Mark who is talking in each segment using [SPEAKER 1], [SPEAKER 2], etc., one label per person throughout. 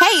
[SPEAKER 1] Hey,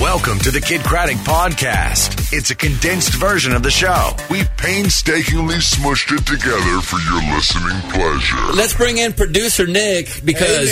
[SPEAKER 2] Welcome to the Kid Craddock Podcast. It's a condensed version of the show.
[SPEAKER 3] We painstakingly smushed it together for your listening pleasure.
[SPEAKER 4] Let's bring in producer Nick because.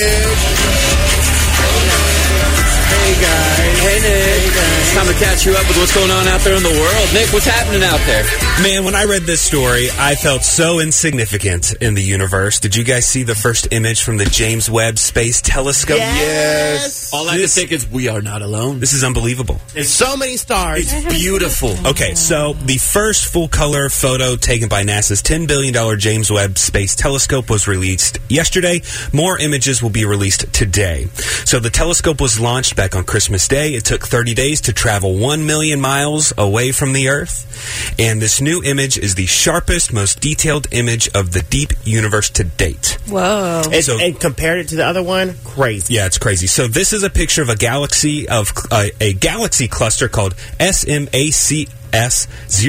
[SPEAKER 5] Hey guys.
[SPEAKER 4] Hey, Nick. It's time to catch you up with what's going on out there in the world. Nick, what's happening out there?
[SPEAKER 6] Man, when I read this story, I felt so insignificant in the universe. Did you guys see the first image from the James Webb Space Telescope?
[SPEAKER 5] Yes.
[SPEAKER 4] All I can think is we are not alone.
[SPEAKER 6] This is unbelievable.
[SPEAKER 5] There's so many stars.
[SPEAKER 4] Beautiful.
[SPEAKER 6] Okay, so the first full color photo taken by NASA's $10 billion James Webb Space Telescope was released yesterday. More images will be released today. So the telescope was launched back on Christmas Day. It took 30 days to travel 1 million miles away from the Earth. And this new image is the sharpest, most detailed image of the deep universe to date.
[SPEAKER 5] And,
[SPEAKER 6] So-
[SPEAKER 5] and compared it to the other one, crazy.
[SPEAKER 6] Yeah, it's crazy. So this is a picture of a galaxy of uh, a galaxy cluster called SMACS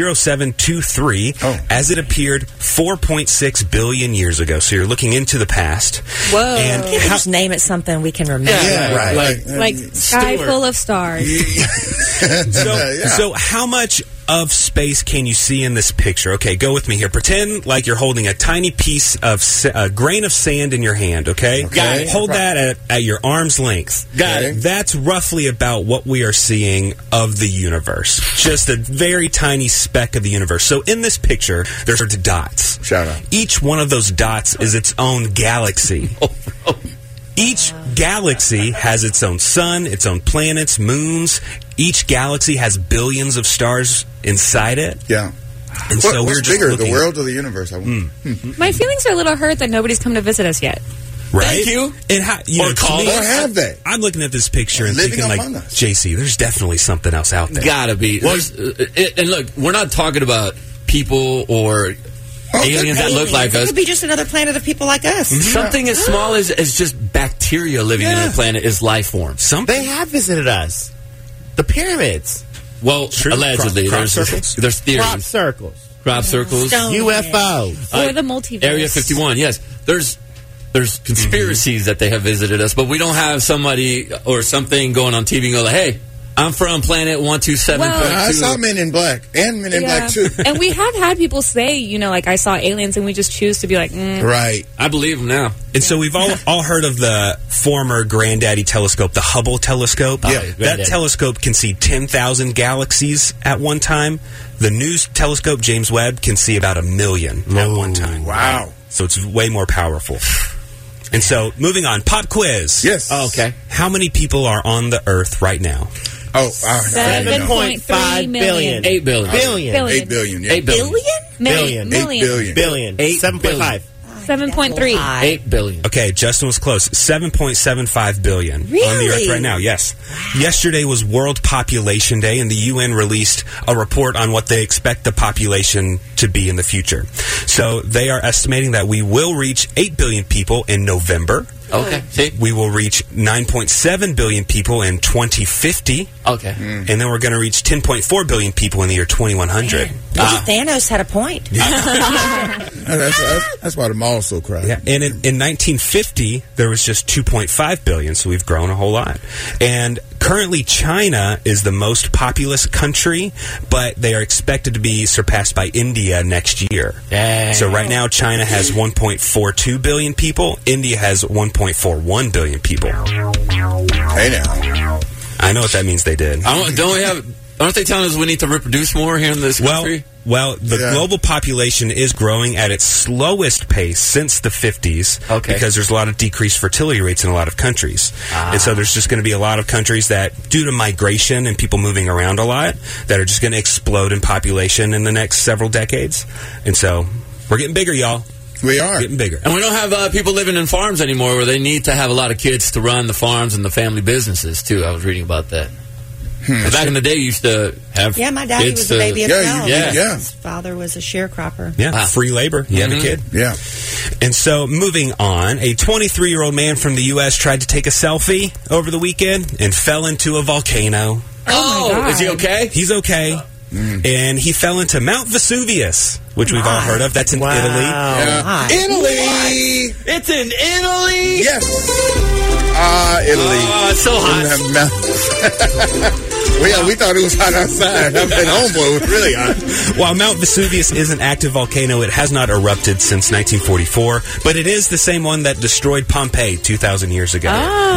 [SPEAKER 6] 0723 as it appeared 4.6 billion years ago. So you're looking into the past. Whoa. And how,
[SPEAKER 7] Just name it something we can remember.
[SPEAKER 4] Yeah,
[SPEAKER 3] right.
[SPEAKER 4] Like,
[SPEAKER 7] Like sky full of stars.
[SPEAKER 6] so, so how much of space can you see in this picture? Okay, go with me here. Pretend like you're holding a tiny piece of sa- a grain of sand in your hand, okay?
[SPEAKER 4] Got it.
[SPEAKER 6] Hold that at, at your arm's length.
[SPEAKER 4] Got it.
[SPEAKER 6] That's roughly about what we are seeing of the universe. Just a very tiny speck of the universe. So in this picture, there's dots.
[SPEAKER 3] Shout out.
[SPEAKER 6] Each one of those dots is its own galaxy. Each galaxy has its own sun, its own planets, moons. Each galaxy has billions of stars inside it.
[SPEAKER 3] Yeah.
[SPEAKER 6] And
[SPEAKER 3] What-
[SPEAKER 6] so
[SPEAKER 3] what's
[SPEAKER 6] we're just
[SPEAKER 3] bigger,
[SPEAKER 6] looking-
[SPEAKER 3] the world or the universe? I wonder.
[SPEAKER 7] My feelings are a little hurt that nobody's come to visit us yet.
[SPEAKER 6] right?
[SPEAKER 4] Thank you.
[SPEAKER 6] And ha- you
[SPEAKER 4] Or
[SPEAKER 6] know, to
[SPEAKER 4] call
[SPEAKER 6] me,
[SPEAKER 3] Or have they?
[SPEAKER 6] I'm looking at this picture and
[SPEAKER 3] Living
[SPEAKER 6] thinking, like,
[SPEAKER 3] among us.
[SPEAKER 6] JC, there's definitely something else out there.
[SPEAKER 4] Gotta be. There's- uh, it- and look, we're not talking about people or aliens that look like us.
[SPEAKER 8] It could be just another planet of people like us.
[SPEAKER 4] Something as small as, as just bacteria living in
[SPEAKER 6] Yeah.
[SPEAKER 4] the planet is life form.
[SPEAKER 6] Something.
[SPEAKER 5] They have visited us. The pyramids,
[SPEAKER 4] Well, allegedly,
[SPEAKER 6] Crop- crop
[SPEAKER 4] there's
[SPEAKER 6] circles?
[SPEAKER 4] there's theories,
[SPEAKER 5] crop
[SPEAKER 4] crop,
[SPEAKER 5] circles,
[SPEAKER 4] circles,
[SPEAKER 8] Oh,
[SPEAKER 7] Stone.
[SPEAKER 5] UFOs.
[SPEAKER 7] Or
[SPEAKER 4] Uh,
[SPEAKER 7] the multiverse.
[SPEAKER 4] Area 51. Yes, there's
[SPEAKER 3] Mm-hmm.
[SPEAKER 4] there's conspiracies that they have visited us, but we don't have somebody or something going on TV and go like, "Hey, I'm from planet one two seven
[SPEAKER 7] Well-
[SPEAKER 3] I saw
[SPEAKER 4] point two.
[SPEAKER 3] Men in Black and Men in Black too.
[SPEAKER 7] and we have had people say, you know, like I saw aliens, and we just choose to be like, mm,
[SPEAKER 3] right.
[SPEAKER 4] I believe them now.
[SPEAKER 6] And so we've all, all heard of the former granddaddy telescope, the Hubble telescope.
[SPEAKER 3] Yeah.
[SPEAKER 6] that telescope can see 10,000 galaxies at one time. The new telescope, James Webb, can see about a million at one time.
[SPEAKER 3] Wow.
[SPEAKER 6] So it's way more powerful. And so moving on, pop quiz.
[SPEAKER 3] Yes.
[SPEAKER 5] Okay.
[SPEAKER 6] How many people are on the earth right now?
[SPEAKER 3] Oh, I, I already know.
[SPEAKER 5] 7.5 billion.
[SPEAKER 4] Eight billion.
[SPEAKER 5] Billion.
[SPEAKER 7] Billion.
[SPEAKER 3] Eight billion. Yeah.
[SPEAKER 4] Eight billion.
[SPEAKER 7] million,
[SPEAKER 5] Billion. Eight
[SPEAKER 3] Eight Uh, billion.
[SPEAKER 5] Billion.
[SPEAKER 4] Eight
[SPEAKER 5] 7.5.
[SPEAKER 7] seven point three.
[SPEAKER 4] Eight billion.
[SPEAKER 6] Okay, Justin was close. 7.75 billion on the earth
[SPEAKER 8] Really?
[SPEAKER 6] right now. Yes. Yesterday was World Population Day and the UN released a report on what they expect the population to be in the future. So they are estimating that we will reach 8 billion people in November.
[SPEAKER 4] Okay. See?
[SPEAKER 6] We will reach 9.7 billion people in 2050
[SPEAKER 4] Okay.
[SPEAKER 3] Mm.
[SPEAKER 6] and then we're going to reach 10.4 billion people in the year 2100.
[SPEAKER 8] Maybe Thanos had a point.
[SPEAKER 3] Oh, that's, that's, that's why the mall's so crowded.
[SPEAKER 6] Yeah, and in, in 1950 there was just 2.5 billion, so we've grown a whole lot. And currently, China is the most populous country, but they are expected to be surpassed by India next year.
[SPEAKER 4] Dang.
[SPEAKER 6] So right now, China has 1.42 billion people. India has 1.41 billion people.
[SPEAKER 3] Hey now.
[SPEAKER 6] I know what that means. They did.
[SPEAKER 4] I don't, don't we have? Aren't they telling us we need to reproduce more here in this
[SPEAKER 6] Well,
[SPEAKER 4] country?
[SPEAKER 6] well, the
[SPEAKER 3] Yeah.
[SPEAKER 6] global population is growing at its slowest pace since the 50s
[SPEAKER 4] Okay.
[SPEAKER 6] because there's a lot of decreased fertility rates in a lot of countries. And
[SPEAKER 3] Ah.
[SPEAKER 6] so there's just going to be a lot of countries that, due to migration and people moving around a lot, that are just going to explode in population in the next several decades. And so we're getting bigger, y'all.
[SPEAKER 3] We are.
[SPEAKER 6] Getting bigger.
[SPEAKER 4] And we don't have uh, people living in farms anymore, where they need to have a lot of kids to run the farms and the family businesses too. I was reading about that.
[SPEAKER 3] Hmm.
[SPEAKER 4] Back in the day, you used to have
[SPEAKER 8] Yeah, my daddy
[SPEAKER 4] kids
[SPEAKER 8] was a
[SPEAKER 4] to-
[SPEAKER 8] baby as
[SPEAKER 3] yeah,
[SPEAKER 8] well.
[SPEAKER 3] you-
[SPEAKER 4] yeah.
[SPEAKER 3] yeah.
[SPEAKER 8] His father was a sharecropper.
[SPEAKER 6] Yeah,
[SPEAKER 4] Wow.
[SPEAKER 6] free labor. You have a kid.
[SPEAKER 3] Ah. Mm-hmm. Yeah.
[SPEAKER 6] And so, moving on, a 23 year old man from the U.S. tried to take a selfie over the weekend and fell into a volcano.
[SPEAKER 4] Oh, is he okay?
[SPEAKER 6] He's okay. And he fell into Mount Vesuvius, which we've all heard of. That's in Italy.
[SPEAKER 3] Uh, Italy.
[SPEAKER 4] It's in Italy.
[SPEAKER 3] Yes. Ah, Italy.
[SPEAKER 4] Oh, it's so hot.
[SPEAKER 3] We have mouth- Well, yeah, we thought it was hot outside. I've been home, boy. It was really hot.
[SPEAKER 6] While Mount Vesuvius is an active volcano, it has not erupted since 1944, but it is the same one that destroyed Pompeii 2,000 years ago.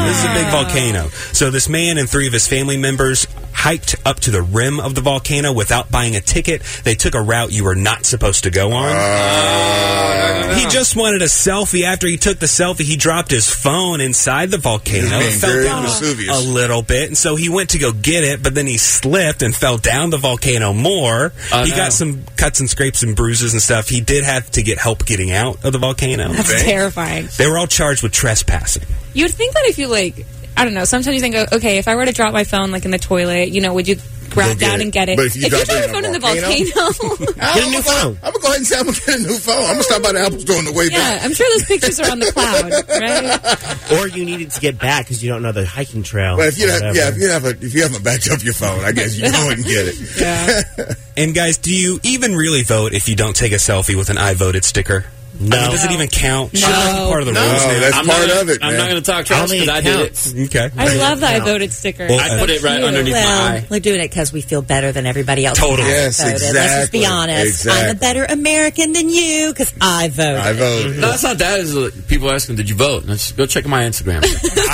[SPEAKER 6] This is a big volcano. So this man and three of his family members hiked up to the rim of the volcano without buying a ticket. They took a route you were not supposed to go on. He just wanted a selfie. After he took the selfie, he dropped his phone inside the volcano.
[SPEAKER 3] He's being
[SPEAKER 6] It fell
[SPEAKER 3] very
[SPEAKER 6] down
[SPEAKER 3] Vesuvius.
[SPEAKER 6] a little bit, and so he went to go get it, but then he slipped and fell down the volcano more.
[SPEAKER 4] Oh,
[SPEAKER 6] he
[SPEAKER 4] no.
[SPEAKER 6] got some cuts and scrapes and bruises and stuff. He did have to get help getting out of the volcano.
[SPEAKER 7] That's terrifying.
[SPEAKER 6] They were all charged with trespassing.
[SPEAKER 7] You'd think that if you like, I don't know. Sometimes you think, oh, okay, if I were to drop my phone like in the toilet, you know, would you grab
[SPEAKER 3] get
[SPEAKER 7] down
[SPEAKER 3] it.
[SPEAKER 7] and get it?
[SPEAKER 3] But if you
[SPEAKER 7] you
[SPEAKER 3] drop
[SPEAKER 7] drop
[SPEAKER 3] it
[SPEAKER 7] your
[SPEAKER 3] in
[SPEAKER 7] phone
[SPEAKER 3] a
[SPEAKER 7] in the volcano,
[SPEAKER 3] Oh,
[SPEAKER 5] Get
[SPEAKER 8] Oh,
[SPEAKER 5] a new phone.
[SPEAKER 3] I'm gonna go ahead and say I'm gonna get a new phone. I'm gonna stop by the Apple store on the way
[SPEAKER 7] yeah,
[SPEAKER 3] back.
[SPEAKER 7] I'm sure those pictures are on the cloud, right?
[SPEAKER 5] Or you needed to get back because you don't know the hiking trail.
[SPEAKER 3] But if you
[SPEAKER 5] or
[SPEAKER 3] have,
[SPEAKER 5] whatever.
[SPEAKER 3] yeah, if you have a, if you haven't backed up your phone, I guess you go ahead and get it.
[SPEAKER 7] Yeah.
[SPEAKER 6] And guys, do you even really vote if you don't take a selfie with an "I voted" sticker?
[SPEAKER 5] No.
[SPEAKER 6] I mean, does it even count? Should that be
[SPEAKER 7] No.
[SPEAKER 6] part of the
[SPEAKER 3] No,
[SPEAKER 6] rules now?
[SPEAKER 3] Oh, that's
[SPEAKER 4] I'm
[SPEAKER 3] part
[SPEAKER 4] not,
[SPEAKER 3] of it,
[SPEAKER 4] I'm
[SPEAKER 3] man.
[SPEAKER 4] not going to talk
[SPEAKER 5] I don't
[SPEAKER 4] trash
[SPEAKER 5] think
[SPEAKER 4] because
[SPEAKER 5] it
[SPEAKER 4] I did
[SPEAKER 5] counts.
[SPEAKER 4] it.
[SPEAKER 6] Okay.
[SPEAKER 7] I love that I voted sticker.
[SPEAKER 6] Well,
[SPEAKER 4] I put it right underneath my
[SPEAKER 8] Well,
[SPEAKER 4] eye.
[SPEAKER 8] we're doing it because we feel better than everybody else.
[SPEAKER 6] Totally.
[SPEAKER 8] who
[SPEAKER 3] Yes,
[SPEAKER 8] hasn't voted. Let's just
[SPEAKER 3] exactly.
[SPEAKER 8] be honest. I'm
[SPEAKER 3] Exactly.
[SPEAKER 8] a better American than you because I voted.
[SPEAKER 3] I vote.
[SPEAKER 4] No, that's not that. It's like, people asking, "Did you vote?" And I just go check my Instagram.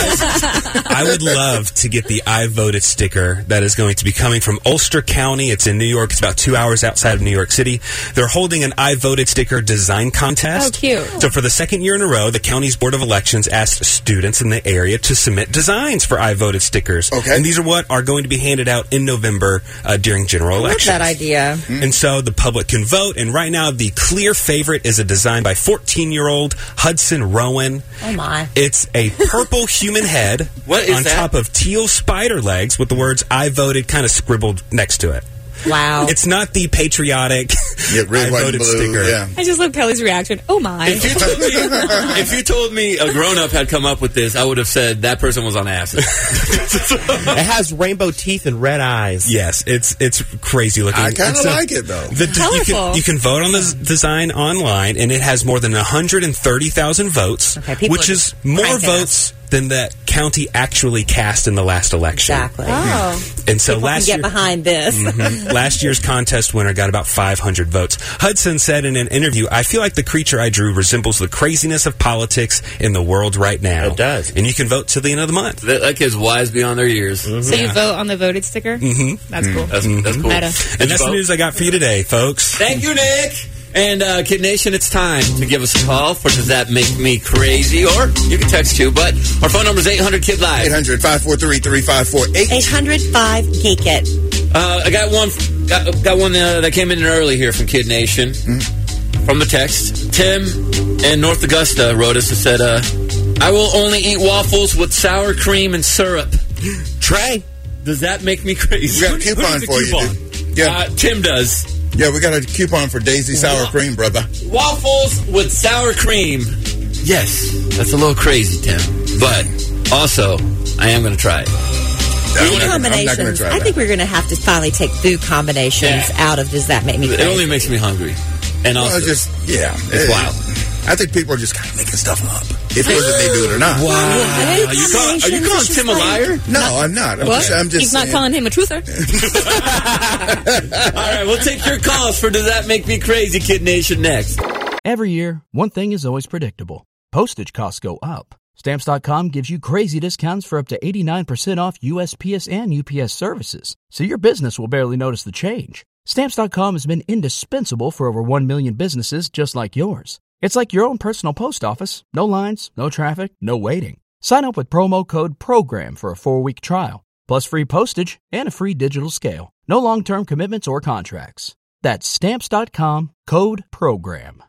[SPEAKER 6] I, I would love to get the I voted sticker that is going to be coming from Ulster County. It's in New York. It's about two hours outside of New York City. They're holding an I voted sticker design contest.
[SPEAKER 7] Oh, cute.
[SPEAKER 6] So for the second year in a row, the county's Board of Elections asked students in the area to submit designs for I voted stickers.
[SPEAKER 3] Okay.
[SPEAKER 6] And these are what are going to be handed out in November uh, during general
[SPEAKER 8] love
[SPEAKER 6] elections.
[SPEAKER 8] that idea.
[SPEAKER 6] And so the public can vote. And right now, the clear favorite is a design by 14 year old Hudson Rowan.
[SPEAKER 8] Oh my.
[SPEAKER 6] It's a purple human head
[SPEAKER 4] What is
[SPEAKER 6] on
[SPEAKER 4] that?
[SPEAKER 6] top of teal spider legs with the words I voted kind of scribbled next to it.
[SPEAKER 8] Wow.
[SPEAKER 6] It's not the patriotic
[SPEAKER 3] Yeah, red,
[SPEAKER 6] I
[SPEAKER 3] white, and
[SPEAKER 6] voted
[SPEAKER 3] blue.
[SPEAKER 6] sticker.
[SPEAKER 3] Yeah.
[SPEAKER 7] I just love Kelly's reaction. Oh my.
[SPEAKER 4] If you told me, if you told me a grown up had come up with this, I would have said that person was on acid.
[SPEAKER 5] It has rainbow teeth and red eyes.
[SPEAKER 6] Yes, it's it's crazy looking.
[SPEAKER 3] I kinda
[SPEAKER 6] And
[SPEAKER 3] like it, though.
[SPEAKER 6] The, d- you, can,
[SPEAKER 7] Colorful.
[SPEAKER 6] you can vote on the s- design online, and it has more than 130,000 votes,
[SPEAKER 8] Okay, people
[SPEAKER 6] which
[SPEAKER 8] are
[SPEAKER 6] is
[SPEAKER 8] just
[SPEAKER 6] more
[SPEAKER 8] cranking us.
[SPEAKER 6] votes than that county actually cast in the last election. Mm-hmm.
[SPEAKER 8] exactly.
[SPEAKER 7] Oh.
[SPEAKER 6] And so
[SPEAKER 8] People can
[SPEAKER 6] last
[SPEAKER 8] get
[SPEAKER 6] year, Mm-hmm.
[SPEAKER 8] behind this.
[SPEAKER 6] Last year's contest winner got about 500 votes. Hudson said in an interview, I feel like the creature I drew resembles the craziness of politics in the world right now.
[SPEAKER 5] It does.
[SPEAKER 6] And you can vote till the end of the month.
[SPEAKER 4] that, that kid's wise beyond their years.
[SPEAKER 7] So you vote on the voted sticker? Mm-hmm. That's cool.
[SPEAKER 4] That's, that's cool.
[SPEAKER 7] Meta.
[SPEAKER 4] Did you
[SPEAKER 6] And that's the
[SPEAKER 4] vote?
[SPEAKER 6] news I got for you today, folks.
[SPEAKER 4] Thank you, Nick. And uh, Kid Nation, it's time to give us a call for Does That Make Me Crazy? Or you can text too, but our phone number is 800 Kid Live.
[SPEAKER 3] 800 543 3548.
[SPEAKER 8] 805 Geek It.
[SPEAKER 4] Uh, I got one. Got, got one uh, that came in early here from Kid Nation from the text. Tim in North Augusta wrote us and said, uh, "I will only eat waffles with sour cream and syrup."
[SPEAKER 5] Trey.
[SPEAKER 4] Does that make me crazy?
[SPEAKER 3] We got a
[SPEAKER 4] Who- who
[SPEAKER 3] coupon
[SPEAKER 4] does the
[SPEAKER 3] for you, dude. Yeah.
[SPEAKER 4] Uh, Tim does
[SPEAKER 3] Yeah, we got a coupon for Daisy Sour Cream, brother.
[SPEAKER 4] waffles with sour cream. Yes, that's a little crazy, Tim. But also, I am going to try it.
[SPEAKER 3] I'm not gonna-
[SPEAKER 8] Food
[SPEAKER 3] I'm not going to
[SPEAKER 8] combinations.
[SPEAKER 3] try
[SPEAKER 8] I
[SPEAKER 3] that.
[SPEAKER 8] think we're going to have to finally take food combinations
[SPEAKER 4] Yeah.
[SPEAKER 8] out of Does That Make Me
[SPEAKER 4] It
[SPEAKER 8] Crazy?
[SPEAKER 4] only makes me hungry, and
[SPEAKER 3] Well,
[SPEAKER 4] also
[SPEAKER 3] it's just, yeah.
[SPEAKER 4] it's
[SPEAKER 3] It-
[SPEAKER 4] wild.
[SPEAKER 3] I think people are just kind of making stuff up. It's whether they do it or
[SPEAKER 4] Are
[SPEAKER 3] not.
[SPEAKER 4] you calling, are you calling Tim a liar?
[SPEAKER 3] No, I'm not. I'm just, I'm just
[SPEAKER 7] He's not
[SPEAKER 3] saying.
[SPEAKER 7] calling him a truther.
[SPEAKER 4] All right, we'll take your calls for Does That Make Me Crazy, Kid Nation, next.
[SPEAKER 9] Every year, one thing is always predictable postage costs go up. Stamps.com gives you crazy discounts for up to 89% off USPS and UPS services, so your business will barely notice the change. Stamps.com has been indispensable for over 1 million businesses just like yours. It's like your own personal post office no lines, no traffic, no waiting. Sign up with promo code PROGRAM for a four week trial, plus free postage and a free digital scale. No long term commitments or contracts. That's stamps.com code PROGRAM.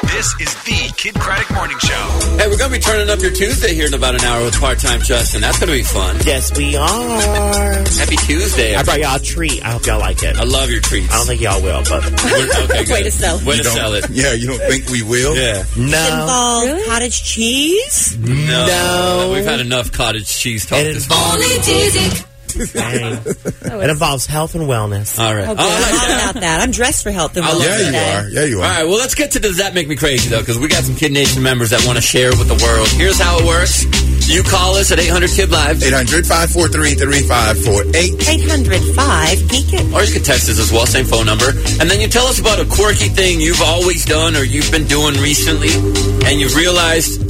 [SPEAKER 2] This is the Kid Craddock Morning Show.
[SPEAKER 4] Hey, we're going to be turning up your Tuesday here in about an hour with part time Justin. That's going to be fun.
[SPEAKER 5] Yes, we are.
[SPEAKER 2] Have
[SPEAKER 4] Happy Tuesday.
[SPEAKER 10] I brought y'all a treat. I hope y'all like it.
[SPEAKER 4] I love your treats.
[SPEAKER 10] I don't think y'all will, but
[SPEAKER 4] okay,
[SPEAKER 8] Way to sell.
[SPEAKER 4] Way to
[SPEAKER 10] You don't-
[SPEAKER 4] sell it.
[SPEAKER 3] Yeah, you don't think we will?
[SPEAKER 4] Yeah.
[SPEAKER 6] Mm-hmm.
[SPEAKER 10] no,
[SPEAKER 8] Involve cottage cheese.
[SPEAKER 4] No.
[SPEAKER 10] No.
[SPEAKER 4] We've had enough cottage cheese talk
[SPEAKER 10] It
[SPEAKER 4] this
[SPEAKER 10] involves-
[SPEAKER 4] morning.
[SPEAKER 10] Dang. it involves health and wellness.
[SPEAKER 4] All right.
[SPEAKER 8] Oh, good.
[SPEAKER 4] All right.
[SPEAKER 8] I'm all about that. I'm dressed for health and
[SPEAKER 4] I love
[SPEAKER 8] wellness
[SPEAKER 4] that.
[SPEAKER 8] today.
[SPEAKER 3] Yeah, you are. Yeah, you
[SPEAKER 4] All
[SPEAKER 3] are.
[SPEAKER 4] right, well, let's get to Does That Make Me Crazy, though, because we got some Kid Nation members that want to share with the world. Here's how it works you call us at 800 Kid Live,
[SPEAKER 3] 800 543 3548.
[SPEAKER 8] 805 Geek It.
[SPEAKER 4] or you can text us as well, same phone number. And then you tell us about a quirky thing you've always done or you've been doing recently, and you've realized,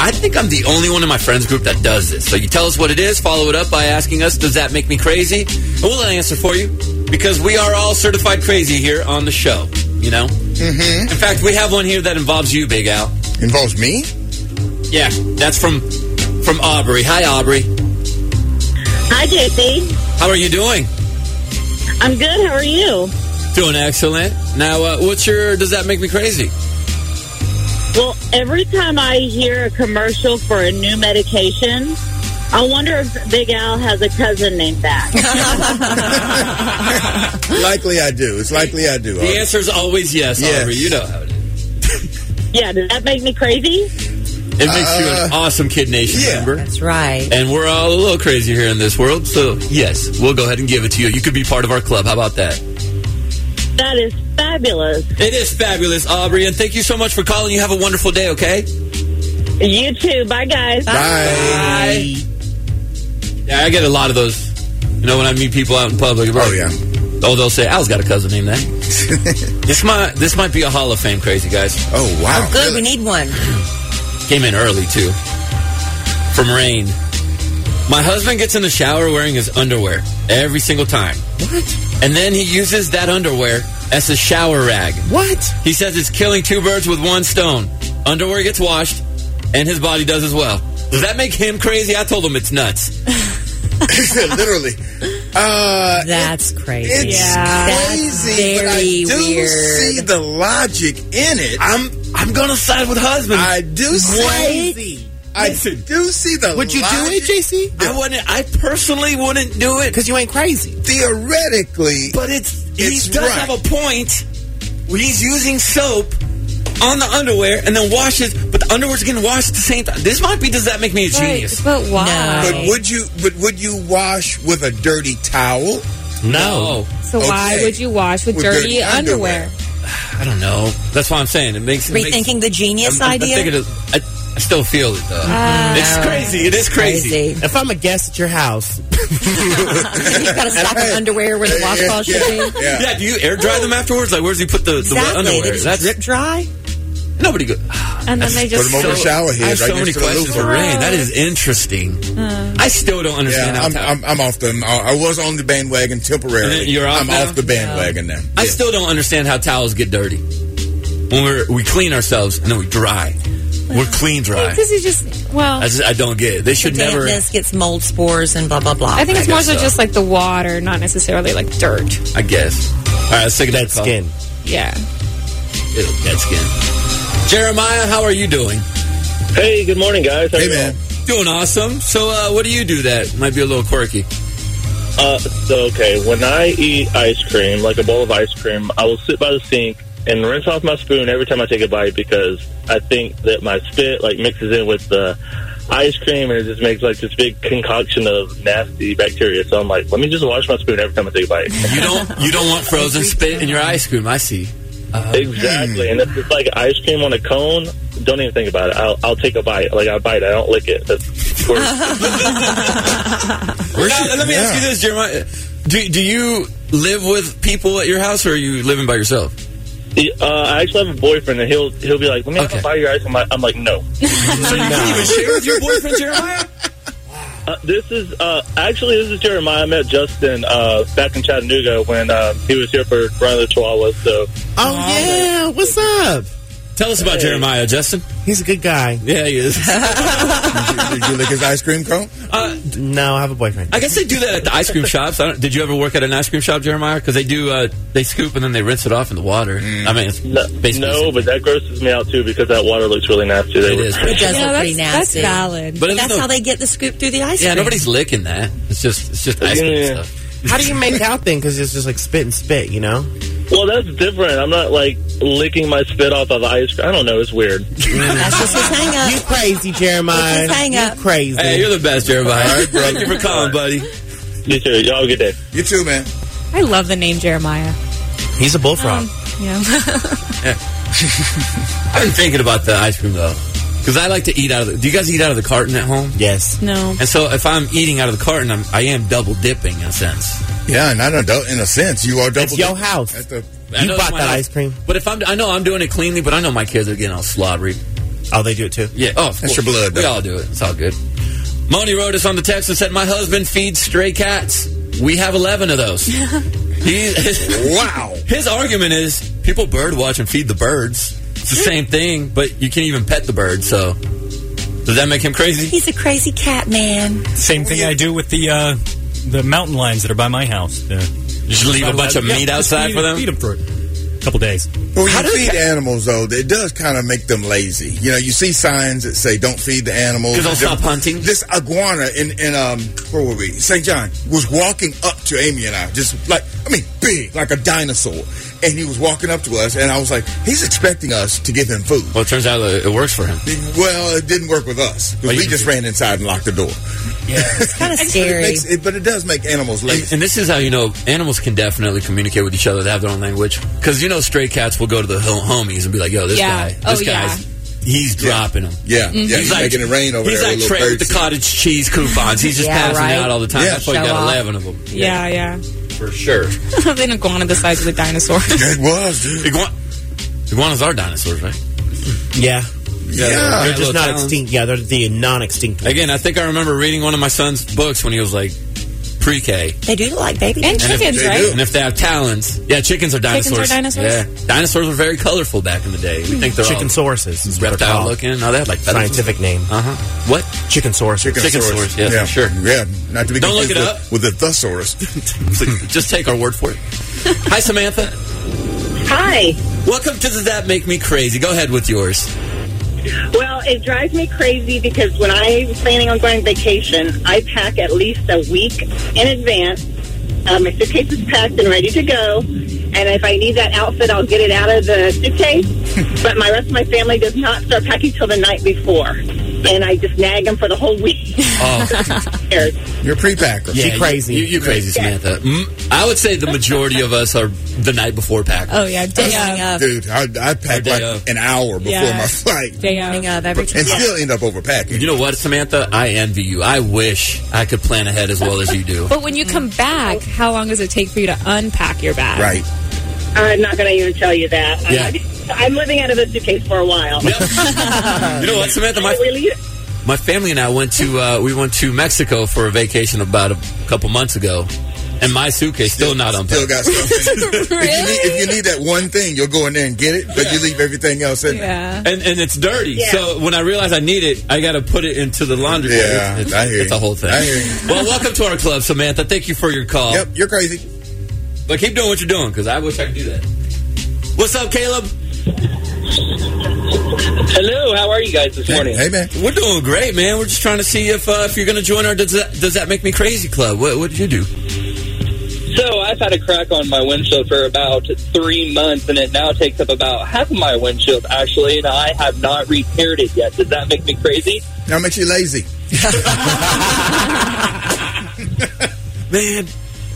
[SPEAKER 4] I think I'm the only one in my friends group that does this. So you tell us what it is, follow it up by asking us, Does That Make Me Crazy? And we'll answer for you, because we are all certified crazy here on the show, you know? Mm-hmm. In fact, we have one here that involves you, Big Al.
[SPEAKER 3] Involves me?
[SPEAKER 4] Yeah, that's from from Aubrey. Hi, Aubrey.
[SPEAKER 11] Hi, JC.
[SPEAKER 4] How are you doing?
[SPEAKER 11] I'm good. How are you?
[SPEAKER 4] Doing excellent. Now, uh, what's your? Does that make me crazy?
[SPEAKER 11] Well, every time I hear a commercial for a new medication, I wonder if Big Al has a cousin named that.
[SPEAKER 3] Likely I do. It's likely I do.
[SPEAKER 4] The answer is always yes,
[SPEAKER 3] Yes.
[SPEAKER 4] Aubrey. You know how it is.
[SPEAKER 11] yeah, does that make me crazy?
[SPEAKER 4] It makes you an awesome Kid Nation
[SPEAKER 3] Uh, yeah.
[SPEAKER 4] member.
[SPEAKER 8] That's right.
[SPEAKER 4] And we're all a little crazy here in this world, so yes, we'll go ahead and give it to you. You could be part of our club. How about that?
[SPEAKER 11] That is fabulous.
[SPEAKER 4] It is fabulous, Aubrey, and thank you so much for calling. You have a wonderful day, okay?
[SPEAKER 11] You too. Bye, guys.
[SPEAKER 3] Bye.
[SPEAKER 4] Bye. Yeah, I get a lot of those. You know, when I meet people out in public.
[SPEAKER 3] Oh, yeah.
[SPEAKER 4] Oh, they'll say, Al's got a cousin named that. this might this might be a Hall of Fame crazy, guys.
[SPEAKER 3] Oh, wow.
[SPEAKER 8] Oh,
[SPEAKER 3] Really?
[SPEAKER 8] good. We need one.
[SPEAKER 4] Came in early, too. From rain. My husband gets in the shower wearing his underwear every single time. What? And then he uses that underwear as a shower rag.
[SPEAKER 10] What?
[SPEAKER 4] He says it's killing two birds with one stone. Underwear gets washed, and his body does as well. Does that make him crazy? I told him it's nuts.
[SPEAKER 3] Literally. Uh,
[SPEAKER 8] That's crazy.
[SPEAKER 3] it's
[SPEAKER 8] That's
[SPEAKER 3] crazy, but I
[SPEAKER 8] very
[SPEAKER 3] do
[SPEAKER 8] weird.
[SPEAKER 3] see the logic in it.
[SPEAKER 4] I'm I'm gonna side with husband.
[SPEAKER 3] I do see.
[SPEAKER 10] Crazy.
[SPEAKER 3] I do see the.
[SPEAKER 10] Would you do
[SPEAKER 3] logic.
[SPEAKER 10] it, JC?
[SPEAKER 4] I wouldn't. I personally wouldn't do it.
[SPEAKER 10] Because you ain't crazy.
[SPEAKER 3] Theoretically,
[SPEAKER 4] But it's,
[SPEAKER 3] It's
[SPEAKER 4] he does
[SPEAKER 3] right.
[SPEAKER 4] have a point. He's using soap on the underwear and then washes, but the underwear's getting washed at the same time. This might be. Does that make me a genius?
[SPEAKER 7] But, but
[SPEAKER 3] but
[SPEAKER 7] why?
[SPEAKER 3] would you? But would you wash with a dirty towel?
[SPEAKER 4] No,
[SPEAKER 7] So why
[SPEAKER 3] Okay.
[SPEAKER 7] would you wash with,
[SPEAKER 3] With
[SPEAKER 7] dirty,
[SPEAKER 3] dirty underwear.
[SPEAKER 7] underwear?
[SPEAKER 4] I don't know. That's what I'm saying. It makes it makes-
[SPEAKER 8] Rethinking the genius
[SPEAKER 4] I'm- I'm- I'm
[SPEAKER 8] idea. Ah.
[SPEAKER 4] thinking of- I, I still feel it though. it's crazy. It is crazy.
[SPEAKER 10] If I'm a guest at your house,
[SPEAKER 8] You've got a stack of underwear where the washcloth
[SPEAKER 3] yeah,
[SPEAKER 8] should be.
[SPEAKER 3] yeah.
[SPEAKER 4] Yeah. Do you air dry them afterwards? Like, where's he put the, the wet
[SPEAKER 8] Exactly. They
[SPEAKER 4] underwear?
[SPEAKER 8] just
[SPEAKER 4] That's
[SPEAKER 8] drip dry.
[SPEAKER 4] nobody go.
[SPEAKER 7] And then they
[SPEAKER 3] Put
[SPEAKER 7] just
[SPEAKER 3] them over the shower
[SPEAKER 4] I have
[SPEAKER 3] head right
[SPEAKER 4] so
[SPEAKER 3] next
[SPEAKER 4] many
[SPEAKER 3] to the
[SPEAKER 4] questions for
[SPEAKER 3] loofah.
[SPEAKER 4] Rain. That is interesting. I still don't understand
[SPEAKER 3] Yeah,
[SPEAKER 4] how.
[SPEAKER 3] I'm,
[SPEAKER 4] towel-
[SPEAKER 3] I'm, I'm off the. uh, I I was on the bandwagon temporarily.
[SPEAKER 4] You're off
[SPEAKER 3] I'm
[SPEAKER 4] now?
[SPEAKER 3] off the bandwagon now.
[SPEAKER 4] I still don't understand how towels get dirty. When we're, we clean ourselves and then we dry. we're clean dry.
[SPEAKER 7] Because you just well,
[SPEAKER 4] I, just, I don't get it. They should never.
[SPEAKER 8] Dampness gets mold spores and blah blah blah.
[SPEAKER 7] I think it's more
[SPEAKER 4] guess
[SPEAKER 7] so
[SPEAKER 4] so.
[SPEAKER 7] just like the water, not necessarily like dirt.
[SPEAKER 4] I guess. All right, let's take a
[SPEAKER 10] dead skin.
[SPEAKER 7] Yeah.
[SPEAKER 4] Ew, dead skin. Jeremiah, how are you doing?
[SPEAKER 12] Hey, good morning, guys. How
[SPEAKER 3] Hey
[SPEAKER 12] you
[SPEAKER 3] man,
[SPEAKER 4] Doing awesome. So, uh, what do you do that might be a little quirky?
[SPEAKER 12] doing? Uh, so, okay, when I eat ice cream, like a bowl of ice cream, I will sit by the sink and rinse off my spoon every time I take a bite because I think that my spit like mixes in with the ice cream and it just makes like this big concoction of nasty bacteria. So I'm like, let me just wash my spoon every time I take a bite.
[SPEAKER 4] You don't. You don't want frozen spit in your ice cream. I see.
[SPEAKER 12] exactly. And if it's like ice cream on a cone, don't even think about it. I'll, I'll take a bite. Like I bite, I don't lick it. That's gross.
[SPEAKER 4] Now, let me ask you this, Jeremiah. Do, do you live with people at your house, or are you living by yourself?
[SPEAKER 12] uh, I actually have a boyfriend and he'll he'll be like, let me have
[SPEAKER 4] Okay.
[SPEAKER 12] a bite of your ice cream. I'm like- I'm like, no.
[SPEAKER 4] So you can't even share with your boyfriend, Jeremiah.
[SPEAKER 12] Uh, this is uh, actually this is Jeremiah. I met Justin uh, back in Chattanooga when uh, he was here for Run of the Chihuahuas. So
[SPEAKER 10] Oh, yeah. What's up?
[SPEAKER 4] Tell us about Jeremiah, Justin.
[SPEAKER 10] He's a good guy.
[SPEAKER 4] Yeah, he is.
[SPEAKER 3] did you, did you lick his ice cream cone?
[SPEAKER 10] No, I have a boyfriend.
[SPEAKER 4] I guess they do that at the ice cream shops. I don't, did you ever work at an ice cream shop, Jeremiah? Because they do. Uh, they scoop and then they rinse it off in the water. I mean, it's
[SPEAKER 12] no,
[SPEAKER 4] basically the
[SPEAKER 12] no,
[SPEAKER 4] same
[SPEAKER 12] but that grosses me out too because that water looks really nasty. They
[SPEAKER 4] It
[SPEAKER 12] were-
[SPEAKER 4] is.
[SPEAKER 8] It does
[SPEAKER 7] Yeah,
[SPEAKER 8] look pretty
[SPEAKER 7] that's, that's
[SPEAKER 8] nasty.
[SPEAKER 7] valid.
[SPEAKER 4] But
[SPEAKER 8] That's
[SPEAKER 4] no,
[SPEAKER 8] how they get the scoop through the ice
[SPEAKER 4] yeah,
[SPEAKER 8] cream.
[SPEAKER 4] nobody's licking that. It's just it's just ice cream
[SPEAKER 12] Yeah.
[SPEAKER 4] stuff.
[SPEAKER 10] How do you make out then? Because it's just like spit and spit, you know?
[SPEAKER 12] Well, that's different. I'm not like licking my spit off of ice cream. I don't know. It's weird.
[SPEAKER 10] That's just his hang up. You crazy, Jeremiah.
[SPEAKER 8] It's his hang up.
[SPEAKER 10] You crazy.
[SPEAKER 4] Hey, you're the best, Jeremiah. Thank you for calling, buddy.
[SPEAKER 12] You too. Y'all have a good day.
[SPEAKER 3] You too, man.
[SPEAKER 7] I love the name Jeremiah.
[SPEAKER 4] He's a
[SPEAKER 7] Um,
[SPEAKER 4] bullfrog.
[SPEAKER 7] yeah.
[SPEAKER 4] I've been thinking about the ice cream though, because I like to eat out of. the... Do you guys eat out of the carton at home?
[SPEAKER 10] Yes.
[SPEAKER 7] no.
[SPEAKER 4] And so if I'm eating out of the carton, I'm, I am double dipping in a sense.
[SPEAKER 3] Yeah, not a dou- in a sense. You are double.
[SPEAKER 4] That's your house.
[SPEAKER 3] That's the-
[SPEAKER 4] I know it's my house, But if I'm, I know I'm doing it cleanly, but I know my kids are getting all slobbery.
[SPEAKER 10] Oh, they do it too.
[SPEAKER 4] Yeah. Oh, of
[SPEAKER 10] That's your
[SPEAKER 4] course.
[SPEAKER 10] blood,
[SPEAKER 4] We
[SPEAKER 10] though.
[SPEAKER 4] all do it. It's all good. Moni wrote us on the text and said, "My husband feeds stray cats. We have eleven of those." he,
[SPEAKER 3] wow.
[SPEAKER 4] His argument is people bird watch and feed the birds. It's the same thing, but you can't even pet the bird. So does that make him crazy?
[SPEAKER 8] He's a crazy cat man.
[SPEAKER 13] Same thing I do with the uh, the mountain lions that are by my house. Uh,
[SPEAKER 4] just
[SPEAKER 3] leave a bunch of meat outside for them?
[SPEAKER 13] Feed them for a couple days.
[SPEAKER 3] But when you feed animals, though, it does kind of make them lazy. You know, you see signs that say "Don't feed the animals."
[SPEAKER 4] 'Cause they'll stop hunting.
[SPEAKER 3] This iguana in in um where were we? St. John was walking up to Amy and I, just like I mean, big like a dinosaur, and he was walking up to us, and I was like, he's expecting us to give him food.
[SPEAKER 4] Well, it turns out it it works for him.
[SPEAKER 3] Well, it didn't work with us 'cause we just ran inside and locked the door.
[SPEAKER 8] It's kind of
[SPEAKER 3] But
[SPEAKER 8] scary.
[SPEAKER 3] it, makes, it, but it does make animals lazy.
[SPEAKER 4] And, and this is how you know animals can definitely communicate with each other. They have their own language. Because you know, stray cats will go to the ho- homies and be like, "Yo, this
[SPEAKER 7] Yeah.
[SPEAKER 4] guy, this
[SPEAKER 7] Oh,
[SPEAKER 4] guy's,
[SPEAKER 7] yeah.
[SPEAKER 4] he's dropping them."
[SPEAKER 3] Yeah, yeah, he's making it rain over
[SPEAKER 4] he's
[SPEAKER 3] there
[SPEAKER 4] Mm-hmm. like
[SPEAKER 3] with little
[SPEAKER 4] Trey with
[SPEAKER 3] birds.
[SPEAKER 4] the cottage cheese coupons. He's just
[SPEAKER 7] Yeah,
[SPEAKER 4] passing
[SPEAKER 7] right.
[SPEAKER 4] out all the time.
[SPEAKER 3] Yeah.
[SPEAKER 4] That's why you
[SPEAKER 7] Show
[SPEAKER 4] got
[SPEAKER 7] off.
[SPEAKER 4] eleven of them
[SPEAKER 7] Yeah, yeah.
[SPEAKER 4] for sure.
[SPEAKER 7] an iguana the size of a dinosaur.
[SPEAKER 3] It was, dude.
[SPEAKER 4] Iguan- iguanas are dinosaurs, right?
[SPEAKER 10] Yeah.
[SPEAKER 4] Yeah.
[SPEAKER 10] They're,
[SPEAKER 4] Yeah,
[SPEAKER 10] just
[SPEAKER 4] little
[SPEAKER 10] not
[SPEAKER 4] talons.
[SPEAKER 10] extinct. Yeah, they're the non extinct ones.
[SPEAKER 4] Again, I think I remember reading one of my son's books when he was like pre-K.
[SPEAKER 8] they do look like baby
[SPEAKER 7] And
[SPEAKER 4] if-
[SPEAKER 7] chickens,
[SPEAKER 4] they
[SPEAKER 7] right?
[SPEAKER 4] do. And if they have talons, yeah, chickens are
[SPEAKER 7] Chickens
[SPEAKER 4] dinosaurs.
[SPEAKER 7] are dinosaurs? Hmm.
[SPEAKER 4] Yeah, dinosaurs were very colorful back in the day. We think they're all
[SPEAKER 10] Chicken sauruses. is what they're
[SPEAKER 4] reptile
[SPEAKER 10] called.
[SPEAKER 4] looking. No, they had like feathers.
[SPEAKER 10] Scientific name.
[SPEAKER 4] Uh huh. What?
[SPEAKER 10] Chicken sauruses.
[SPEAKER 4] Chicken sauruses. Yeah,
[SPEAKER 3] yeah,
[SPEAKER 4] for sure.
[SPEAKER 3] Yeah, not to be
[SPEAKER 4] Don't look
[SPEAKER 3] confused
[SPEAKER 4] it
[SPEAKER 3] with-
[SPEAKER 4] up.
[SPEAKER 3] with the thesaurus.
[SPEAKER 4] Just take our word for it. Hi, Samantha.
[SPEAKER 11] Hi.
[SPEAKER 4] Welcome to Does That Make Me Crazy? Go ahead with yours.
[SPEAKER 11] Well, it drives me crazy because when I'm planning on going vacation, I pack at least a week in advance. Uh, my suitcase is packed and ready to go. And if I need that outfit, I'll get it out of the suitcase. but my rest of my family does not start packing till the night before. And I just nag them for the whole week.
[SPEAKER 4] Oh,
[SPEAKER 11] Eric.
[SPEAKER 3] you're a pre-packer.
[SPEAKER 4] Yeah, you- You, you crazy, Samantha. Mm, I would say the majority of us are the night before packers.
[SPEAKER 7] Oh yeah, day of.
[SPEAKER 3] Dude, I, I packed like an hour before
[SPEAKER 7] Yeah.
[SPEAKER 3] my flight
[SPEAKER 7] Day of.
[SPEAKER 8] Hang up every time.
[SPEAKER 3] and still end up overpacking.
[SPEAKER 4] You know what, Samantha? I envy you. I wish I could plan ahead as well as you do.
[SPEAKER 7] But when you come back, how long does it take for you to unpack your bag?
[SPEAKER 3] Right.
[SPEAKER 11] I'm not going to even tell you that. I'm
[SPEAKER 4] Yeah.
[SPEAKER 11] not- I'm living out of a suitcase for a while.
[SPEAKER 4] You know what, Samantha? My,
[SPEAKER 11] Really?
[SPEAKER 4] my family and I went to uh, we went to Mexico for a vacation about a couple months ago, and my suitcase still not
[SPEAKER 3] Still
[SPEAKER 4] unpacked.
[SPEAKER 3] got something. if, you need, if you need that one thing, you'll go in there and get it, but you leave everything else in there.
[SPEAKER 7] Yeah.
[SPEAKER 4] And, and it's dirty.
[SPEAKER 11] Yeah.
[SPEAKER 4] So when I realize I need it, I got to put it into the laundry.
[SPEAKER 3] Yeah,
[SPEAKER 4] it's,
[SPEAKER 3] I hear you.
[SPEAKER 4] it's a whole thing.
[SPEAKER 3] I hear you.
[SPEAKER 4] Well, welcome to our club, Samantha. Thank you for your call.
[SPEAKER 3] Yep, you're crazy.
[SPEAKER 4] But keep doing what you're doing because I wish I could do that. What's up, Caleb?
[SPEAKER 12] Hello. How are you guys this morning?
[SPEAKER 3] Hey, man.
[SPEAKER 4] We're doing great, man. We're just trying to see if uh, if you're going to join our does that, does that make me crazy club. What what did you do?
[SPEAKER 12] So I've had a crack on my windshield for about three months, and it now takes up about half of my windshield actually, and I have not repaired it yet. Does that make me crazy?
[SPEAKER 3] Now makes you lazy.
[SPEAKER 4] Man,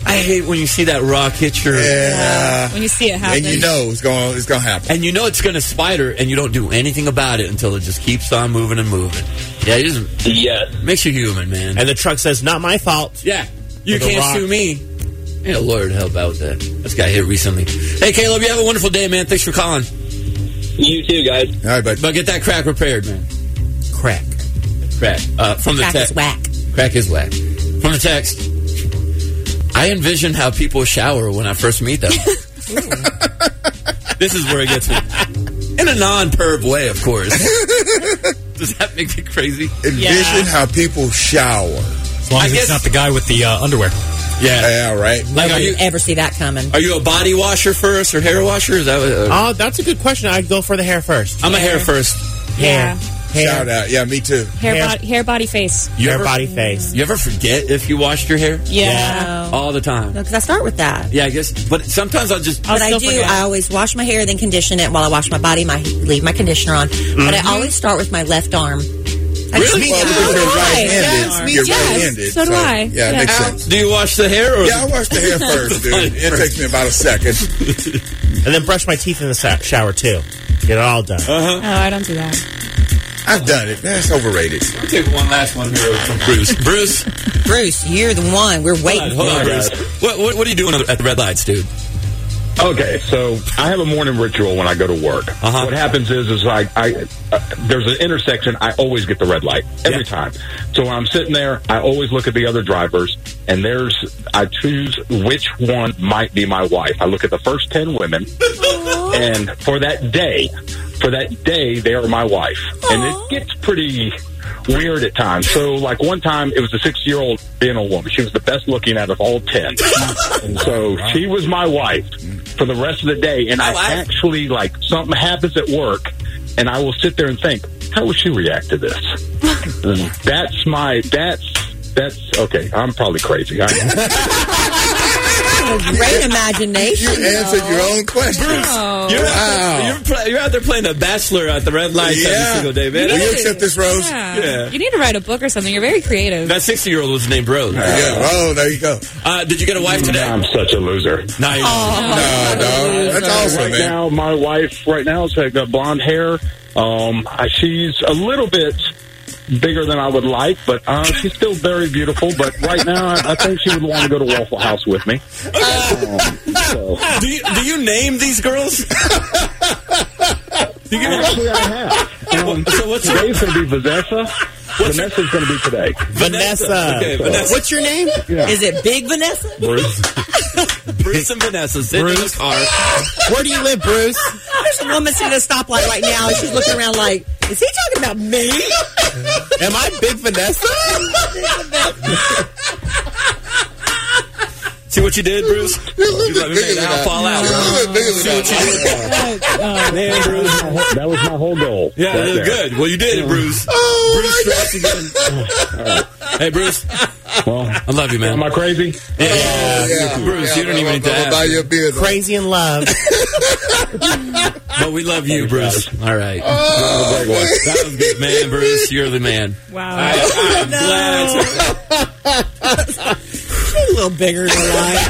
[SPEAKER 4] I hate when you see that rock hit your
[SPEAKER 3] Yeah.
[SPEAKER 7] When you see it happen.
[SPEAKER 3] And Uh, you know it's going it's gonna happen.
[SPEAKER 4] and you know it's going to spider, and you don't do anything about it until it just keeps on moving and moving. Yeah, it just
[SPEAKER 12] Yes.
[SPEAKER 4] makes you human, man.
[SPEAKER 10] And the truck says, not my fault.
[SPEAKER 4] yeah, you
[SPEAKER 10] With a
[SPEAKER 4] can't
[SPEAKER 10] rock.
[SPEAKER 4] sue me. Yeah, Lord help out with that. This guy hit recently. Hey, Caleb, you have a wonderful day, man. Thanks for calling.
[SPEAKER 12] You too, guys.
[SPEAKER 3] All right, but
[SPEAKER 4] But get that crack repaired, man.
[SPEAKER 10] Crack.
[SPEAKER 4] Crack uh, from the
[SPEAKER 8] Crack
[SPEAKER 4] text.
[SPEAKER 8] is whack.
[SPEAKER 4] Crack is whack. From the text, I envision how people shower when I first meet them. this is where it gets me. In a non perv way, of course. Does that make me crazy?
[SPEAKER 3] envision how people shower.
[SPEAKER 13] As long
[SPEAKER 4] I
[SPEAKER 13] as
[SPEAKER 4] guess-
[SPEAKER 13] it's not the guy with the uh, underwear.
[SPEAKER 4] Yeah.
[SPEAKER 3] Yeah, right.
[SPEAKER 4] Like, are
[SPEAKER 8] Nobody
[SPEAKER 4] you
[SPEAKER 8] would ever see that coming.
[SPEAKER 4] are you a body washer first or hair washer? Is that what, uh,
[SPEAKER 10] Oh, that's a good question. I'd go for the hair first.
[SPEAKER 4] I'm a hair first.
[SPEAKER 7] Yeah.
[SPEAKER 10] Hair. Hair.
[SPEAKER 3] Shout out. Yeah, me too.
[SPEAKER 7] Hair, body, hair, body, face.
[SPEAKER 4] Hair, body, face. You ever forget if you washed your hair?
[SPEAKER 8] Yeah. Yeah.
[SPEAKER 4] All the time.
[SPEAKER 8] No, because I start with that.
[SPEAKER 4] Yeah, I guess. But sometimes I'll just.
[SPEAKER 8] But I do. I always wash my hair, then condition it while I wash my body. My leave my conditioner on, but I always start with my left arm. I just-
[SPEAKER 3] Really? Well, because you're right-handed.
[SPEAKER 8] Yes, me
[SPEAKER 3] You're
[SPEAKER 8] too.
[SPEAKER 3] right-handed,
[SPEAKER 8] So do
[SPEAKER 3] so,
[SPEAKER 8] I.
[SPEAKER 3] yeah, it makes sense.
[SPEAKER 4] Do you wash the hair? Or
[SPEAKER 3] Yeah, I wash the hair first, dude. It takes me about a second.
[SPEAKER 10] and then brush my teeth in the sa- shower too. Get it all done.
[SPEAKER 4] Uh.
[SPEAKER 7] Oh, I don't do that.
[SPEAKER 3] I've done it. That's overrated.
[SPEAKER 4] I'll take one last one here from Bruce. Bruce.
[SPEAKER 8] Bruce, you're the one. We're waiting.
[SPEAKER 4] Hold on,
[SPEAKER 8] for
[SPEAKER 4] Bruce. What, what, what are you doing at the red lights, dude?
[SPEAKER 14] Okay, so I have a morning ritual when I go to work.
[SPEAKER 3] Uh-huh.
[SPEAKER 14] What happens is, is I, I uh, there's an intersection. I always get the red light every time. So when I'm sitting there, I always look at the other drivers, and there's I choose which one might be my wife. I look at the first ten women, and for that day, for that day, they are my wife, and it gets pretty weird at times. So like one time, it was a six year old Vienna woman. She was the best looking out of all ten, and so she was my wife for the rest of the day. And I actually like something happens at work, and I will sit there and think, how will she react to this? that's my that's that's okay. I'm probably crazy. I,
[SPEAKER 8] Great imagination.
[SPEAKER 3] You answered your own question.
[SPEAKER 8] Oh,
[SPEAKER 4] You're, out there, you're, pl- you're out there playing the bachelor at the red lights every
[SPEAKER 3] Yeah.
[SPEAKER 4] single day, man.
[SPEAKER 3] Will you accept this, Rose?
[SPEAKER 7] Yeah.
[SPEAKER 4] Yeah.
[SPEAKER 7] You need to write a book or something. You're very creative.
[SPEAKER 4] That 60 year old was named Rose.
[SPEAKER 3] yeah, Rose, there you go.
[SPEAKER 8] Oh,
[SPEAKER 4] Uh, did you get a wife today?
[SPEAKER 14] I'm such a loser.
[SPEAKER 4] No, you're
[SPEAKER 3] not. no, dog. That's awesome,
[SPEAKER 14] right
[SPEAKER 3] man.
[SPEAKER 14] now, my wife right now has got blonde hair. Um, I- she's a little bit bigger than I would like, but uh, she's still very beautiful. But right now, I, I think she would want to go to Waffle House with me. Um, so.
[SPEAKER 4] do, you, do you name these girls? do you give
[SPEAKER 14] Actually, I have. Um,
[SPEAKER 4] so what's
[SPEAKER 14] today's going to be Vanessa. Vanessa's going to be today.
[SPEAKER 10] Vanessa.
[SPEAKER 4] Okay,
[SPEAKER 14] So-
[SPEAKER 4] Vanessa.
[SPEAKER 10] What's your name?
[SPEAKER 14] Yeah.
[SPEAKER 8] Is it Big Vanessa?
[SPEAKER 14] Bruce.
[SPEAKER 4] Bruce and Vanessa sitting in the car.
[SPEAKER 10] Where do you live, Bruce?
[SPEAKER 8] There's a woman sitting at a stoplight right now, and she's looking around like, "Is he talking about me?"
[SPEAKER 10] Am I Big Vanessa?
[SPEAKER 4] See what you did, Bruce? You let me make the house fall out. See what you did? Man, Bruce.
[SPEAKER 14] That was my whole goal.
[SPEAKER 4] Yeah,
[SPEAKER 14] Right there.
[SPEAKER 4] good. Well, you did it, Bruce.
[SPEAKER 3] Oh,
[SPEAKER 4] Bruce strikes again. Hey, Bruce.
[SPEAKER 14] Well,
[SPEAKER 4] I love you, man.
[SPEAKER 14] Am I crazy?
[SPEAKER 4] Yeah, Bruce, you don't even need to
[SPEAKER 3] I'll buy
[SPEAKER 4] ask.
[SPEAKER 3] you a beer. though.
[SPEAKER 10] Crazy in love.
[SPEAKER 4] But we love you, Bruce. All right.
[SPEAKER 14] Big one.
[SPEAKER 4] That was good, man, Bruce. You're the man.
[SPEAKER 7] Wow.
[SPEAKER 4] I, am glad.
[SPEAKER 8] She's a little bigger than I.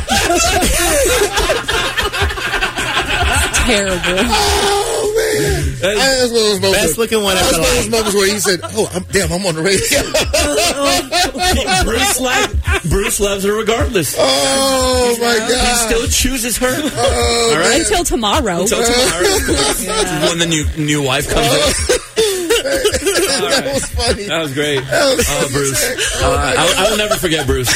[SPEAKER 7] Terrible.
[SPEAKER 3] Oh, man.
[SPEAKER 4] That's-
[SPEAKER 3] That's one of those moments.
[SPEAKER 10] Best looking one
[SPEAKER 3] That's
[SPEAKER 10] ever.
[SPEAKER 3] one of those moments where he said, "Oh, I'm, damn, I'm on the radio."
[SPEAKER 4] Bruce, li- Bruce loves her regardless.
[SPEAKER 3] oh my
[SPEAKER 4] He
[SPEAKER 3] god!
[SPEAKER 4] still chooses her.
[SPEAKER 3] Oh,
[SPEAKER 4] All right.
[SPEAKER 7] Until tomorrow.
[SPEAKER 4] Until tomorrow, of course. when the new new wife comes
[SPEAKER 3] Oh.
[SPEAKER 4] in. All
[SPEAKER 3] that
[SPEAKER 4] right.
[SPEAKER 3] was funny.
[SPEAKER 4] That was great.
[SPEAKER 3] was
[SPEAKER 4] Oh, Bruce. Uh, I, I will never forget Bruce.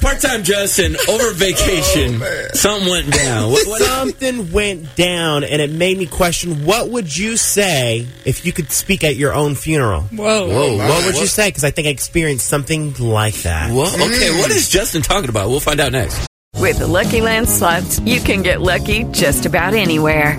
[SPEAKER 4] Part time Justin,
[SPEAKER 3] Oh,
[SPEAKER 4] over vacation, something went down. What, what,
[SPEAKER 10] Something went down, and it made me question: What would you say if you could speak at your own funeral?
[SPEAKER 7] Whoa.
[SPEAKER 10] What would you say? Because I think I experienced something like that.
[SPEAKER 4] what,
[SPEAKER 3] Mm.
[SPEAKER 4] okay, what is Justin talking about? We'll find out next.
[SPEAKER 15] With the Lucky Land slots, you can get lucky just about anywhere.